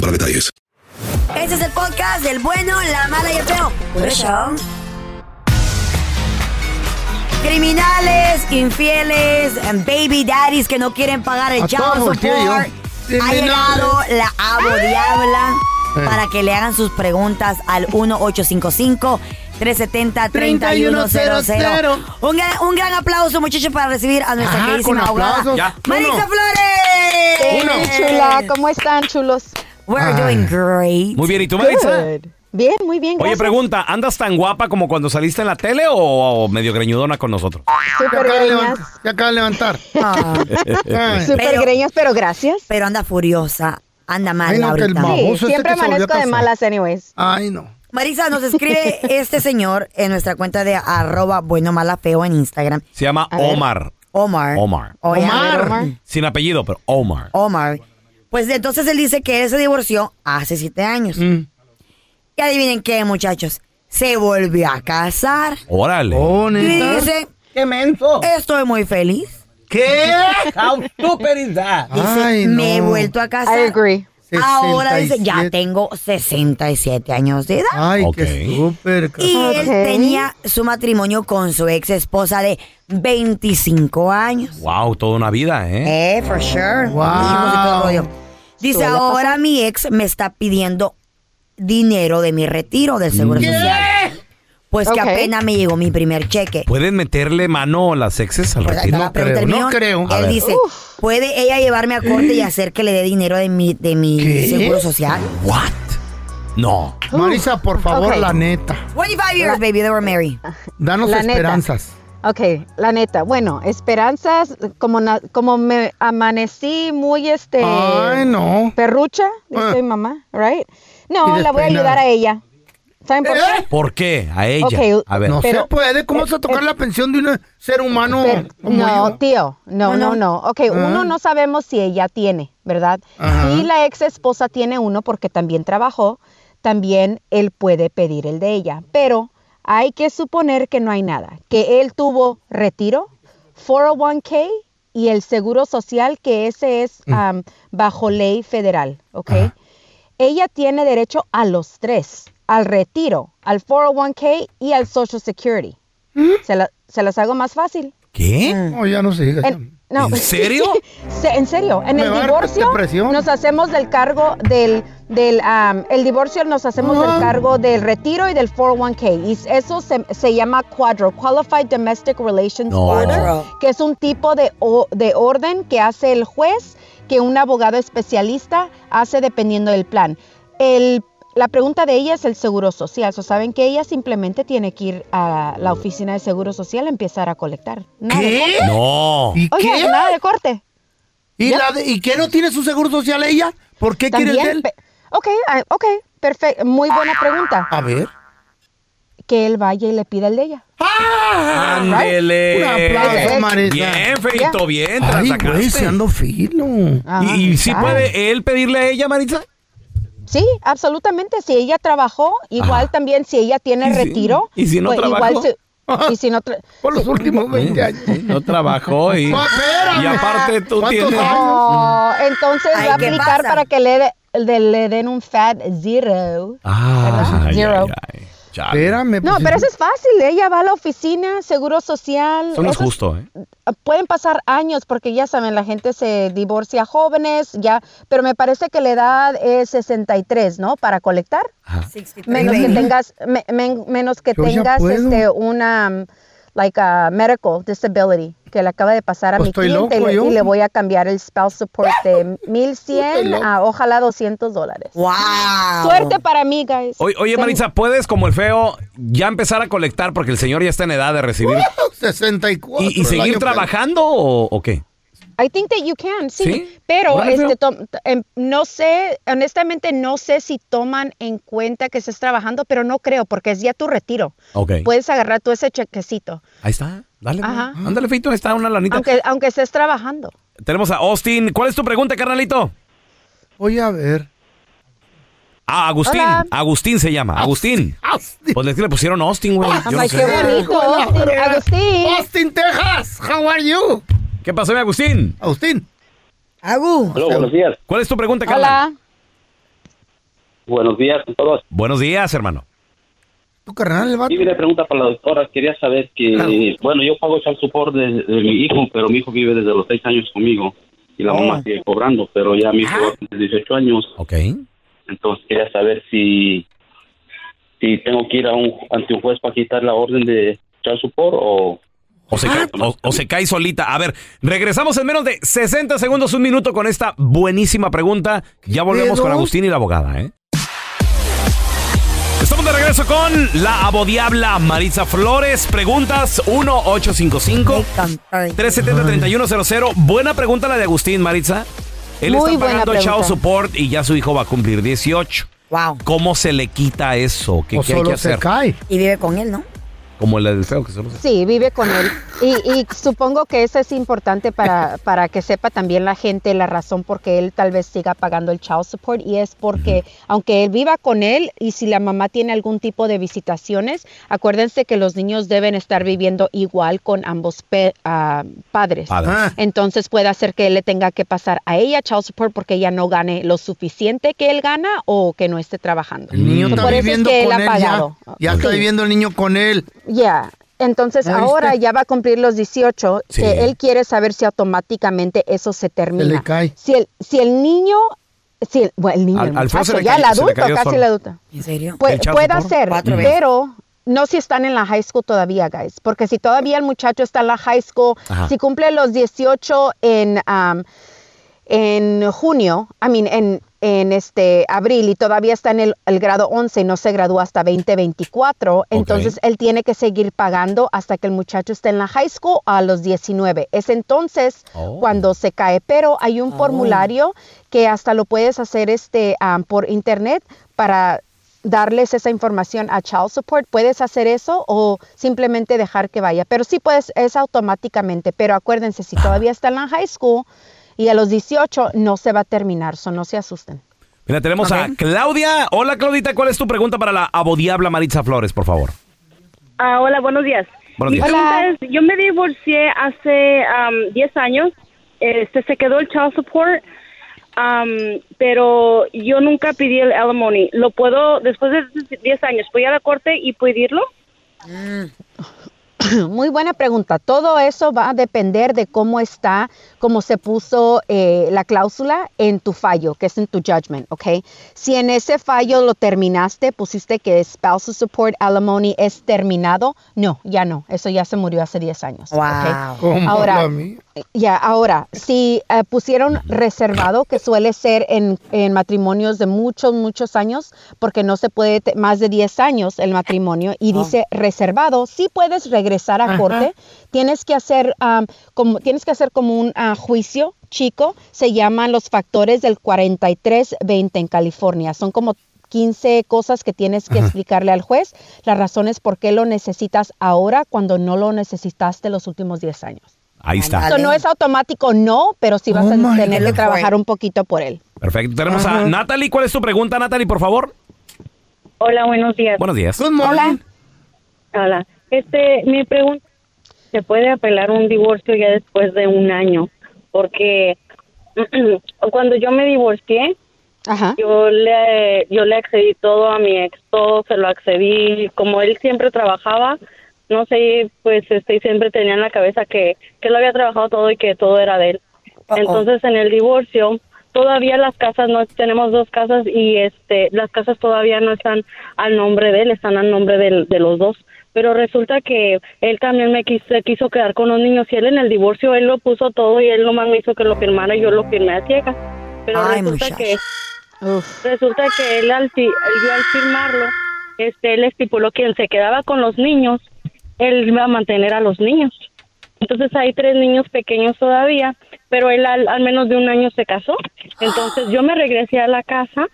Speaker 10: para detalles.
Speaker 3: Este es el podcast del bueno, la mala y el feo. Por eso. Criminales, infieles, baby daddies que no quieren pagar el
Speaker 2: A
Speaker 3: chavo
Speaker 2: todos volteé
Speaker 3: support.
Speaker 2: yo.
Speaker 3: Ha
Speaker 2: Criminales.
Speaker 3: llegado la abo diabla
Speaker 2: Eh.
Speaker 3: para que le hagan sus preguntas al 1855 370 3100 un, gran- un gran aplauso, muchachos, para recibir a nuestra
Speaker 28: Ah,
Speaker 3: queridísima
Speaker 28: con aplausos.
Speaker 3: abogada.
Speaker 28: Ya.
Speaker 3: Marisa
Speaker 28: Uno.
Speaker 3: Flores.
Speaker 28: Uno. Chula, ¿cómo están, chulos?
Speaker 3: We're doing great.
Speaker 1: Muy bien, ¿y tú, Maritza?
Speaker 28: Good. Bien, muy bien,
Speaker 1: Oye,
Speaker 28: gracias.
Speaker 1: pregunta, ¿andas tan guapa como cuando saliste en la tele o, o medio greñudona con nosotros?
Speaker 28: Súper
Speaker 2: acaba de
Speaker 28: greñas.
Speaker 2: Te acaba de levantar. Ah.
Speaker 28: *laughs* Súper
Speaker 3: Pero-
Speaker 28: greñas, pero gracias.
Speaker 3: Pero anda furiosa, anda mal
Speaker 2: Ay, no, que el
Speaker 3: ahorita.
Speaker 2: baboso
Speaker 28: Sí,
Speaker 2: este
Speaker 28: siempre
Speaker 2: que se volvió a
Speaker 28: amanezco de
Speaker 2: casar.
Speaker 28: malas anyways.
Speaker 2: Ay, no.
Speaker 3: Marisa, nos
Speaker 2: *laughs*
Speaker 3: escribe este señor en nuestra cuenta de arroba bueno mala feo en Instagram.
Speaker 1: Se llama
Speaker 3: ver.
Speaker 1: Ah, Omar.
Speaker 3: Omar.
Speaker 1: Omar.
Speaker 3: Oye, a ver,
Speaker 1: Sin apellido, pero Omar.
Speaker 3: Omar. Pues entonces él dice que él se divorció hace siete años.
Speaker 2: Mm.
Speaker 3: Y adivinen qué, muchachos. Se volvió a casar.
Speaker 1: Órale.
Speaker 2: Oh,
Speaker 3: Y dice... ¡Qué menso! Estoy muy feliz. *laughs*
Speaker 26: ¿Qué? How stupid is that?
Speaker 3: Dice, me he vuelto a casar.
Speaker 28: I agree.
Speaker 3: Ahora dice, ya
Speaker 2: 67.
Speaker 3: tengo 67 años de edad.
Speaker 2: Ay, qué súper.
Speaker 3: Y él
Speaker 2: Ok.
Speaker 3: tenía su matrimonio con su ex esposa de 25 años.
Speaker 1: Wow, toda una vida, ¿eh?
Speaker 3: Eh, for sure.
Speaker 1: Wow.
Speaker 3: Hijos y todo el rollo. Dice,
Speaker 28: Suele
Speaker 3: ahora
Speaker 28: pasar.
Speaker 3: mi ex me está pidiendo dinero de mi retiro del Seguro
Speaker 2: Mm.
Speaker 1: ¿Qué?
Speaker 3: Social. Pues
Speaker 28: Ok.
Speaker 3: que apenas me llegó mi primer cheque.
Speaker 1: ¿Pueden meterle mano las exes al
Speaker 3: Pues ahí
Speaker 1: retiro?
Speaker 3: está la pregunta del millón.
Speaker 1: A
Speaker 3: Él
Speaker 1: ver.
Speaker 3: dice, ¿puede ella llevarme a corte
Speaker 2: ¿Eh?
Speaker 3: y hacer que le dé dinero de mi, de mi seguro social?
Speaker 1: ¿What? No.
Speaker 2: Marisa, por favor,
Speaker 28: Ok.
Speaker 2: la neta.
Speaker 3: 25 years, baby, they were married.
Speaker 2: Danos
Speaker 28: La neta.
Speaker 2: esperanzas.
Speaker 28: Ah, Ok, la neta, bueno, esperanzas, como, na- como me amanecí muy este
Speaker 2: Ay, no.
Speaker 28: perrucha, dice
Speaker 2: Ah.
Speaker 28: mi mamá, right?
Speaker 2: Y
Speaker 28: No, la voy a
Speaker 2: despeinada.
Speaker 28: ayudar a ella. ¿Saben por qué?
Speaker 1: ¿Por qué? A ella.
Speaker 28: Ok,
Speaker 1: a ver.
Speaker 2: No
Speaker 28: Pero- eh,
Speaker 2: se puede. ¿Cómo vas a tocar la pensión de un ser humano
Speaker 28: Pero-
Speaker 2: como
Speaker 28: no,
Speaker 2: yo?
Speaker 28: tío, no, no, no. Ok, uno no sabemos si ella tiene, ¿verdad?
Speaker 2: Ajá.
Speaker 28: Si la ex esposa tiene uno porque también trabajó, también él puede pedir el de ella. Pero hay que suponer que no hay nada, que él tuvo retiro, 401k y el seguro social, que ese es am, bajo ley federal, ¿ok? Ella tiene derecho a los tres, al retiro, al 401k y al Social Security. Se, la- se las hago más fácil.
Speaker 1: ¿Qué?
Speaker 2: No, ya no se diga.
Speaker 28: En- Mm. no. pues,
Speaker 1: ¿En
Speaker 28: *laughs*
Speaker 1: serio?
Speaker 28: Se- en serio, en
Speaker 2: Me
Speaker 28: el
Speaker 2: va a dar
Speaker 28: divorcio
Speaker 2: depresión.
Speaker 28: nos hacemos del cargo del, del am, el divorcio nos hacemos del cargo del retiro y del 401k. Y eso se, se llama Quadro, Qualified Domestic Relations
Speaker 1: No.
Speaker 28: Order,
Speaker 1: Quadro.
Speaker 28: que es un tipo de, o- de orden que hace el juez, que un abogado especialista hace dependiendo del plan. El- la pregunta de ella es el seguro social. So, Saben que ella simplemente tiene que ir a la oficina de seguro social a empezar a colectar. Nada de corte.
Speaker 1: No.
Speaker 2: ¿Y
Speaker 28: Oiga,
Speaker 2: qué?
Speaker 28: nada de corte.
Speaker 2: ¿Y,
Speaker 28: ¿Ya?
Speaker 2: la de- ¿Y qué no tiene su seguro social ella? ¿Por qué quiere el de
Speaker 28: También,
Speaker 2: él?
Speaker 28: pe- ok, ah, ok, perfecto. Muy buena pregunta.
Speaker 2: A ver.
Speaker 28: Que él vaya y le pida el de ella.
Speaker 1: Ah, Ándele.
Speaker 2: Un aplauso, Marisa.
Speaker 1: Bien, Feito, bien.
Speaker 2: Ay,
Speaker 1: transacaste.
Speaker 2: güey, se ando filo. Ah,
Speaker 28: Ajá,
Speaker 1: ¿Y, si
Speaker 28: claro.
Speaker 1: puede él pedirle a ella, Maritza?
Speaker 28: Sí, absolutamente. Si ella trabajó, igual también si ella tiene
Speaker 1: ¿Y si-
Speaker 28: retiro.
Speaker 1: y si no trabajó?
Speaker 28: si- y si no
Speaker 1: *laughs*
Speaker 28: tra-
Speaker 2: Por los últimos 20 años.
Speaker 1: No trabajó
Speaker 2: *laughs*
Speaker 1: y,
Speaker 2: No, espérame.
Speaker 1: *laughs* y aparte tú
Speaker 2: ¿Cuántos
Speaker 1: tienes...
Speaker 2: años?
Speaker 28: Oh, entonces
Speaker 3: Ay,
Speaker 28: va a
Speaker 3: ¿qué
Speaker 28: aplicar
Speaker 3: pasa?
Speaker 28: para que le, de- de- le den un fat zero.
Speaker 1: Ah,
Speaker 28: ¿Verdad?
Speaker 1: ay,
Speaker 28: Zero.
Speaker 1: ay, ay. Chale.
Speaker 2: Espérame.
Speaker 28: No,
Speaker 2: pues,
Speaker 28: pero eso es fácil. Ella va a la oficina, seguro social.
Speaker 1: Eso no es
Speaker 28: eso es-
Speaker 1: justo,
Speaker 2: *laughs*
Speaker 1: ¿eh?
Speaker 28: Ah, pueden pasar años porque ya saben, la gente se divorcia jóvenes, ya, pero me parece que la edad es 63, ¿no? Para colectar. Menos que tengas, me- men- menos que
Speaker 2: Yo ya
Speaker 28: tengas
Speaker 2: puedo.
Speaker 28: este, una, um, like a medical disability que le acaba de pasar a
Speaker 2: Pues
Speaker 28: mi
Speaker 2: estoy
Speaker 28: cliente y
Speaker 2: loco
Speaker 28: le-
Speaker 2: yo.
Speaker 28: y le voy a cambiar el spouse support de
Speaker 2: Estoy
Speaker 28: 1100
Speaker 2: loco.
Speaker 28: a ojalá 200 dólares.
Speaker 3: ¡Wow!
Speaker 28: Suerte para mí, guys.
Speaker 1: Oye, oye,
Speaker 28: Ten-
Speaker 1: Maritza, ¿puedes, como el feo, ya empezar a colectar porque el señor ya está en edad de recibir
Speaker 2: 64.
Speaker 1: y, y
Speaker 2: el
Speaker 1: seguir
Speaker 2: año
Speaker 1: trabajando o, o qué?
Speaker 28: I think that you can, sí.
Speaker 1: ¿Sí?
Speaker 28: Pero
Speaker 1: Órale,
Speaker 28: este,
Speaker 1: feo.
Speaker 28: tom- t- em, no sé, honestamente no sé si toman en cuenta que estés trabajando, pero no creo porque es ya tu retiro.
Speaker 1: Ok.
Speaker 28: Puedes agarrar tú ese chequecito,
Speaker 1: Ahí está. Dale. güey.
Speaker 28: Pues, Ajá.
Speaker 1: Ándale, feito. Ahí está una lanita.
Speaker 28: aunque, aunque estés trabajando.
Speaker 1: Tenemos a Austin. ¿Cuál es tu pregunta, carnalito?
Speaker 2: pe- Voy a ver.
Speaker 1: Ah, Agustín.
Speaker 28: Hola.
Speaker 1: Agustín se llama. Agustín.
Speaker 2: Austin,
Speaker 1: Pues es que le pusieron Austin, güey. Yo no
Speaker 28: Ay, qué
Speaker 1: sé.
Speaker 28: bonito,
Speaker 2: Hola,
Speaker 28: Austin.
Speaker 2: María.
Speaker 28: Agustín.
Speaker 2: Austin, Texas. How are you?
Speaker 1: ¿Qué pasó, mi Agustín?
Speaker 2: Austin.
Speaker 3: Agu,
Speaker 13: Hola, buenos días.
Speaker 1: ¿Cuál es tu pregunta, carnal?
Speaker 28: Hola.
Speaker 13: Buenos días a todos.
Speaker 1: Buenos días, hermano.
Speaker 2: Tu carnal, el vato.
Speaker 13: Y una pregunta para la doctora. Quería saber que, bueno, yo pago el support de, de mi hijo, pero mi hijo vive desde los seis años conmigo y la mamá sigue cobrando, pero ya mi
Speaker 2: Ah.
Speaker 13: hijo tiene 18 años.
Speaker 1: Ok.
Speaker 13: Entonces quería saber si, si tengo que ir a un, ante un juez para quitar la orden de child support o... Ah, pues,
Speaker 1: O se, cae, o- o se cae solita. A ver, regresamos en menos de 60 segundos, un minuto con esta buenísima pregunta. Ya volvemos
Speaker 2: pedo?
Speaker 1: con Agustín y la abogada, ¿eh? Estamos de regreso con la abodiabla Maritza Flores. Preguntas 1855 370-3100. Buena pregunta la de Agustín, Maritza. Él
Speaker 28: Muy
Speaker 1: está
Speaker 28: buena
Speaker 1: pagando
Speaker 28: pregunta.
Speaker 1: child support y ya su hijo va a cumplir 18.
Speaker 3: Wow.
Speaker 1: ¿Cómo se le quita eso? ¿Qué,
Speaker 2: O
Speaker 1: qué hay que
Speaker 2: solo se
Speaker 1: hacer?
Speaker 2: cae.
Speaker 3: Y vive con él, ¿no?
Speaker 1: Como la del feo que solo se...
Speaker 28: Sí, vive con él. Y, y supongo que eso es importante para, para que sepa también la gente la razón por qué él tal vez siga pagando el child support. Y es porque, aunque él viva con él y si la mamá tiene algún tipo de visitaciones, acuérdense que los niños deben estar viviendo igual con ambos pe- ah, padres.
Speaker 17: Padres. Ah.
Speaker 28: Entonces puede hacer que él le tenga que pasar a ella child support porque ella no gane lo suficiente que él gana o que no esté trabajando.
Speaker 2: El niño
Speaker 28: So,
Speaker 2: está
Speaker 28: Mm. por eso es
Speaker 2: viviendo
Speaker 28: que él
Speaker 2: con
Speaker 28: ha
Speaker 2: él ya.
Speaker 28: pagado.
Speaker 2: Ya está
Speaker 28: Sí.
Speaker 2: viviendo el niño con él.
Speaker 28: Ya. Entonces
Speaker 2: ¿Ya
Speaker 28: ahora
Speaker 2: Ah, viste?
Speaker 28: ya va a cumplir los 18,
Speaker 2: Sí.
Speaker 28: que él quiere saber si automáticamente eso se termina.
Speaker 2: Se le cae.
Speaker 28: Si el, si el niño, si el, bueno, el niño, Al- el al feo se muchacho, le ya el cayó- se le adulto, cayó casi solo. el adulto.
Speaker 3: ¿En serio?
Speaker 28: Pu- Puede, hacer,
Speaker 3: ser,
Speaker 28: pero no si están en la high school todavía, guys. Porque si todavía el muchacho está en la high school,
Speaker 20: Ajá.
Speaker 28: si cumple los 18 en, um, en junio, I mean, en, en este abril y todavía está en el, el grado 11 y no se gradúa hasta 2024, entonces él tiene que seguir pagando hasta que el muchacho esté en la high school a los 19. Es entonces
Speaker 29: Oh.
Speaker 28: cuando se cae, pero hay un formulario que hasta lo puedes hacer este um, por internet para darles esa información a Child Support, puedes hacer eso o simplemente dejar que vaya. Pero sí puedes, es automáticamente. Pero acuérdense, si todavía está en la high school y a los 18 no se va a terminar, so no se asusten.
Speaker 1: Mira, tenemos a Claudia. Hola, Claudita. ¿Cuál es tu pregunta para la abodiabla Maritza Flores, por favor?
Speaker 29: Ah, hola, buenos días.
Speaker 1: Buenos
Speaker 29: Mi
Speaker 1: días.
Speaker 29: pregunta es, yo me divorcié hace am, 10 años. Este, se quedó el child support, am, pero yo nunca pedí el alimony. ¿Lo puedo, después de 10 años, voy a la corte y pedirlo?
Speaker 28: *coughs* Muy buena pregunta. Todo eso va a depender de cómo está, cómo se puso eh, la cláusula en tu fallo, que es en tu judgment, ¿ok? Si en ese fallo lo terminaste, pusiste que spousal support alimony es terminado, no, ya no. Eso ya se murió hace 10 años. ¿ok?
Speaker 17: ¿Cómo la
Speaker 28: Ahora,
Speaker 17: mía?
Speaker 28: ya, ahora, si eh, pusieron reservado, que suele ser en, en matrimonios de muchos, muchos años, porque no se puede, te- más de 10 años el matrimonio, y
Speaker 29: Oh.
Speaker 28: dice reservado, sí puedes regresar a
Speaker 29: Ajá.
Speaker 28: corte, tienes que hacer, am, como, tienes que hacer como un ah, juicio chico, se llaman los factores del 4320 en California, son como 15 cosas que tienes que
Speaker 29: Ajá.
Speaker 28: explicarle al juez, las razones por qué lo necesitas ahora cuando no lo necesitaste los últimos 10 años.
Speaker 1: Ahí está.
Speaker 28: Eso no es automático, no, pero sí vas
Speaker 1: Ah. Oh,
Speaker 28: a
Speaker 1: my
Speaker 28: tener que
Speaker 1: God.
Speaker 28: trabajar un poquito por él.
Speaker 1: Perfecto. Tenemos a Natalie. ¿Cuál es tu pregunta, Natalie, por favor?
Speaker 29: Hola, buenos días.
Speaker 1: Buenos días.
Speaker 29: Hola. Hola. Este, mi pregunta, ¿se puede apelar un divorcio ya después de un año? Porque *clears throat* cuando yo me divorcié, yo le yo le accedí todo a mi ex, todo se lo accedí, como él siempre trabajaba, no sé, pues este y siempre tenía en la cabeza que que lo había trabajado todo y que todo era de él. Entonces en el divorcio todavía las casas no tenemos dos casas y este las casas todavía no están al nombre de él, están al nombre del- de, los dos. Pero resulta que él también me quiso, se quiso quedar con los niños y él en el divorcio él lo puso todo y él nomás me hizo que lo firmara y yo lo firmé a ciegas. Pero
Speaker 16: Ay,
Speaker 29: resulta
Speaker 16: muchacho.
Speaker 29: que resulta que él al, fi- él dio al firmarlo, este, él estipuló quien se quedaba con los niños, él iba a mantener a los niños. Entonces hay tres niños pequeños todavía, pero él al, al menos de un año se casó. Entonces yo me regresé a la casa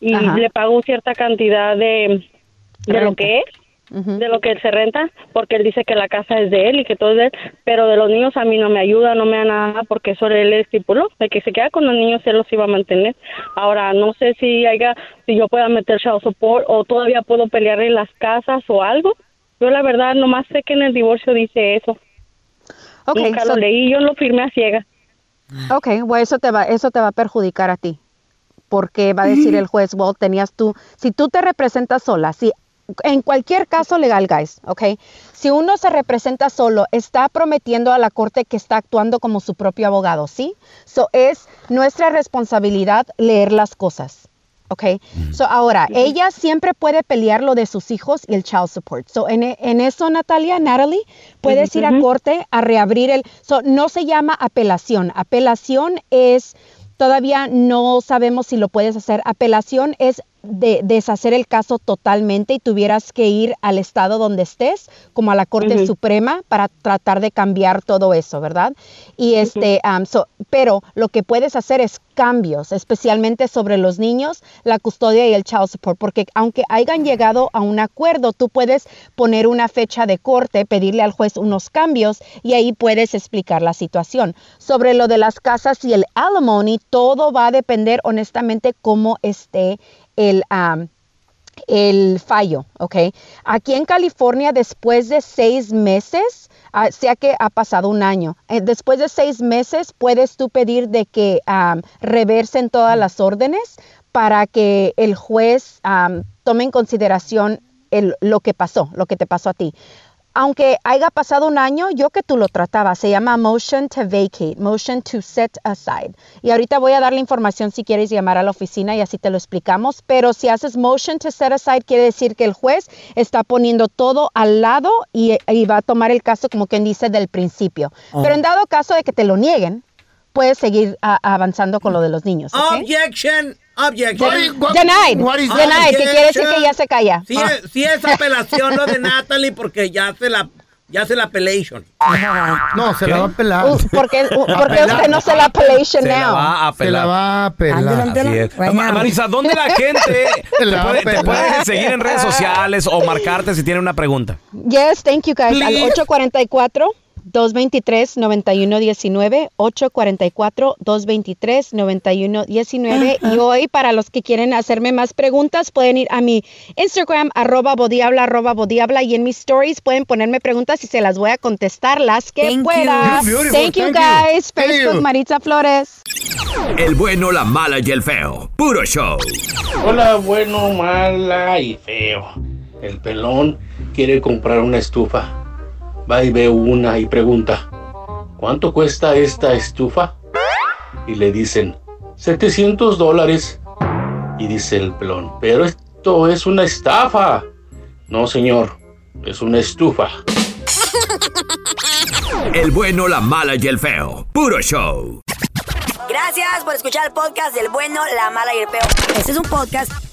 Speaker 29: y
Speaker 16: Ajá.
Speaker 29: le pago cierta cantidad de, de lo que es, de lo que se renta, porque él dice que la casa es de él y que todo es de él, pero de los niños a mí no me ayuda, no me da nada, porque eso él estipuló, de que se queda con los niños él los iba a mantener. Ahora, no sé si haya, si yo pueda meter child support o todavía puedo pelear en las casas o algo. Yo la verdad nomás sé que en el divorcio dice eso.
Speaker 28: Ok,
Speaker 29: Nunca lo
Speaker 28: so-
Speaker 29: leí, yo lo firmé a ciega.
Speaker 28: Ok, bueno, eso te va, eso te va a perjudicar a ti. Porque va a decir el juez, well, tenías tú, si tú te representas sola, si en cualquier caso legal, guys, ok, si uno se representa solo, está prometiendo a la corte que está actuando como su propio abogado, ¿sí? So es nuestra responsabilidad leer las cosas. ¿ok? So ahora, ella siempre puede pelear lo de sus hijos y el child support. So en, e- en eso, Natalia, Natalie, puedes ir a
Speaker 29: Ujú.
Speaker 28: corte a reabrir el... So no se llama apelación. Apelación es... Todavía no sabemos si lo puedes hacer. Apelación es de- deshacer el caso totalmente y tuvieras que ir al estado donde estés, como a la Corte
Speaker 17: Ujú.
Speaker 28: Suprema, para tratar de cambiar todo eso, ¿verdad? Y este, am, so- pero lo que puedes hacer es cambios, especialmente sobre los niños, la custodia y el child support, porque aunque hayan llegado a un acuerdo, tú puedes poner una fecha de corte, pedirle al juez unos cambios y ahí puedes explicar la situación. Sobre lo de las casas y el alimony, todo va a depender honestamente cómo esté el... am, el fallo, ¿ok? Aquí en California, después de seis meses, ah, sea que ha pasado un año, eh, después de seis meses puedes tú pedir de que am, reversen todas las órdenes para que el juez am, tome en consideración el- lo que pasó, lo que te pasó a ti aunque haya pasado un año, yo que tú lo trataba, se llama Motion to Vacate, Motion to Set Aside. Y ahorita voy a dar la información si quieres llamar a la oficina y así te lo explicamos. Pero si haces Motion to Set Aside, quiere decir que el juez está poniendo todo al lado y, y va a tomar el caso, como quien dice, del principio.
Speaker 4: Ah.
Speaker 28: Pero en dado caso de que te lo nieguen, puedes seguir ah, avanzando con lo de los niños.
Speaker 1: Oh,
Speaker 28: ¿ok?
Speaker 30: Objection, objection.
Speaker 28: Denied, denied, que quiere decir que ya Ah. se calla.
Speaker 30: Sí, es, sí es apelación lo de Natalie porque ya se la, ya se la apelation.
Speaker 2: No, se la va a pelar.
Speaker 28: Uh, ¿Por qué,
Speaker 30: *laughs*
Speaker 28: uh, por qué usted no se la apellation
Speaker 2: Se la
Speaker 28: now?
Speaker 2: va a
Speaker 1: pelar.
Speaker 2: Se la va a pelar.
Speaker 1: Así es. Ma- Marisa, ¿dónde la
Speaker 30: *laughs*
Speaker 1: gente
Speaker 2: *laughs* Se
Speaker 1: te
Speaker 2: la va a
Speaker 1: puede, te
Speaker 2: pelar.
Speaker 1: puede seguir en redes sociales o marcarte si tiene una pregunta?
Speaker 28: Yes, thank you guys.
Speaker 1: Please.
Speaker 28: Al 844-223-9119, 844-223-9119. Y hoy, para los que quieren hacerme más preguntas, pueden ir a mi Instagram, arroba bodiabla, arroba bodiabla, y en mis stories pueden ponerme preguntas y se las voy a contestar las que pueda.
Speaker 15: You're beautiful.
Speaker 28: Thank you
Speaker 15: Thank you.
Speaker 28: guys.
Speaker 15: Thank you.
Speaker 28: Facebook Maritza Flores.
Speaker 15: El bueno, la mala y el feo. Puro show.
Speaker 20: Hola, bueno, mala y feo. El pelón quiere comprar una estufa. Va y ve una y pregunta, ¿cuánto cuesta esta estufa? Y le dicen, 700 dólares. Y dice el pelón, pero esto es una estafa. No, señor, es una estufa.
Speaker 15: El bueno, la mala y el feo. Puro show.
Speaker 3: Gracias por escuchar el podcast del bueno, la mala y el peor. Este es un podcast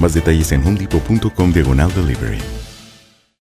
Speaker 17: Más detalles en homedepot.com diagonal delivery.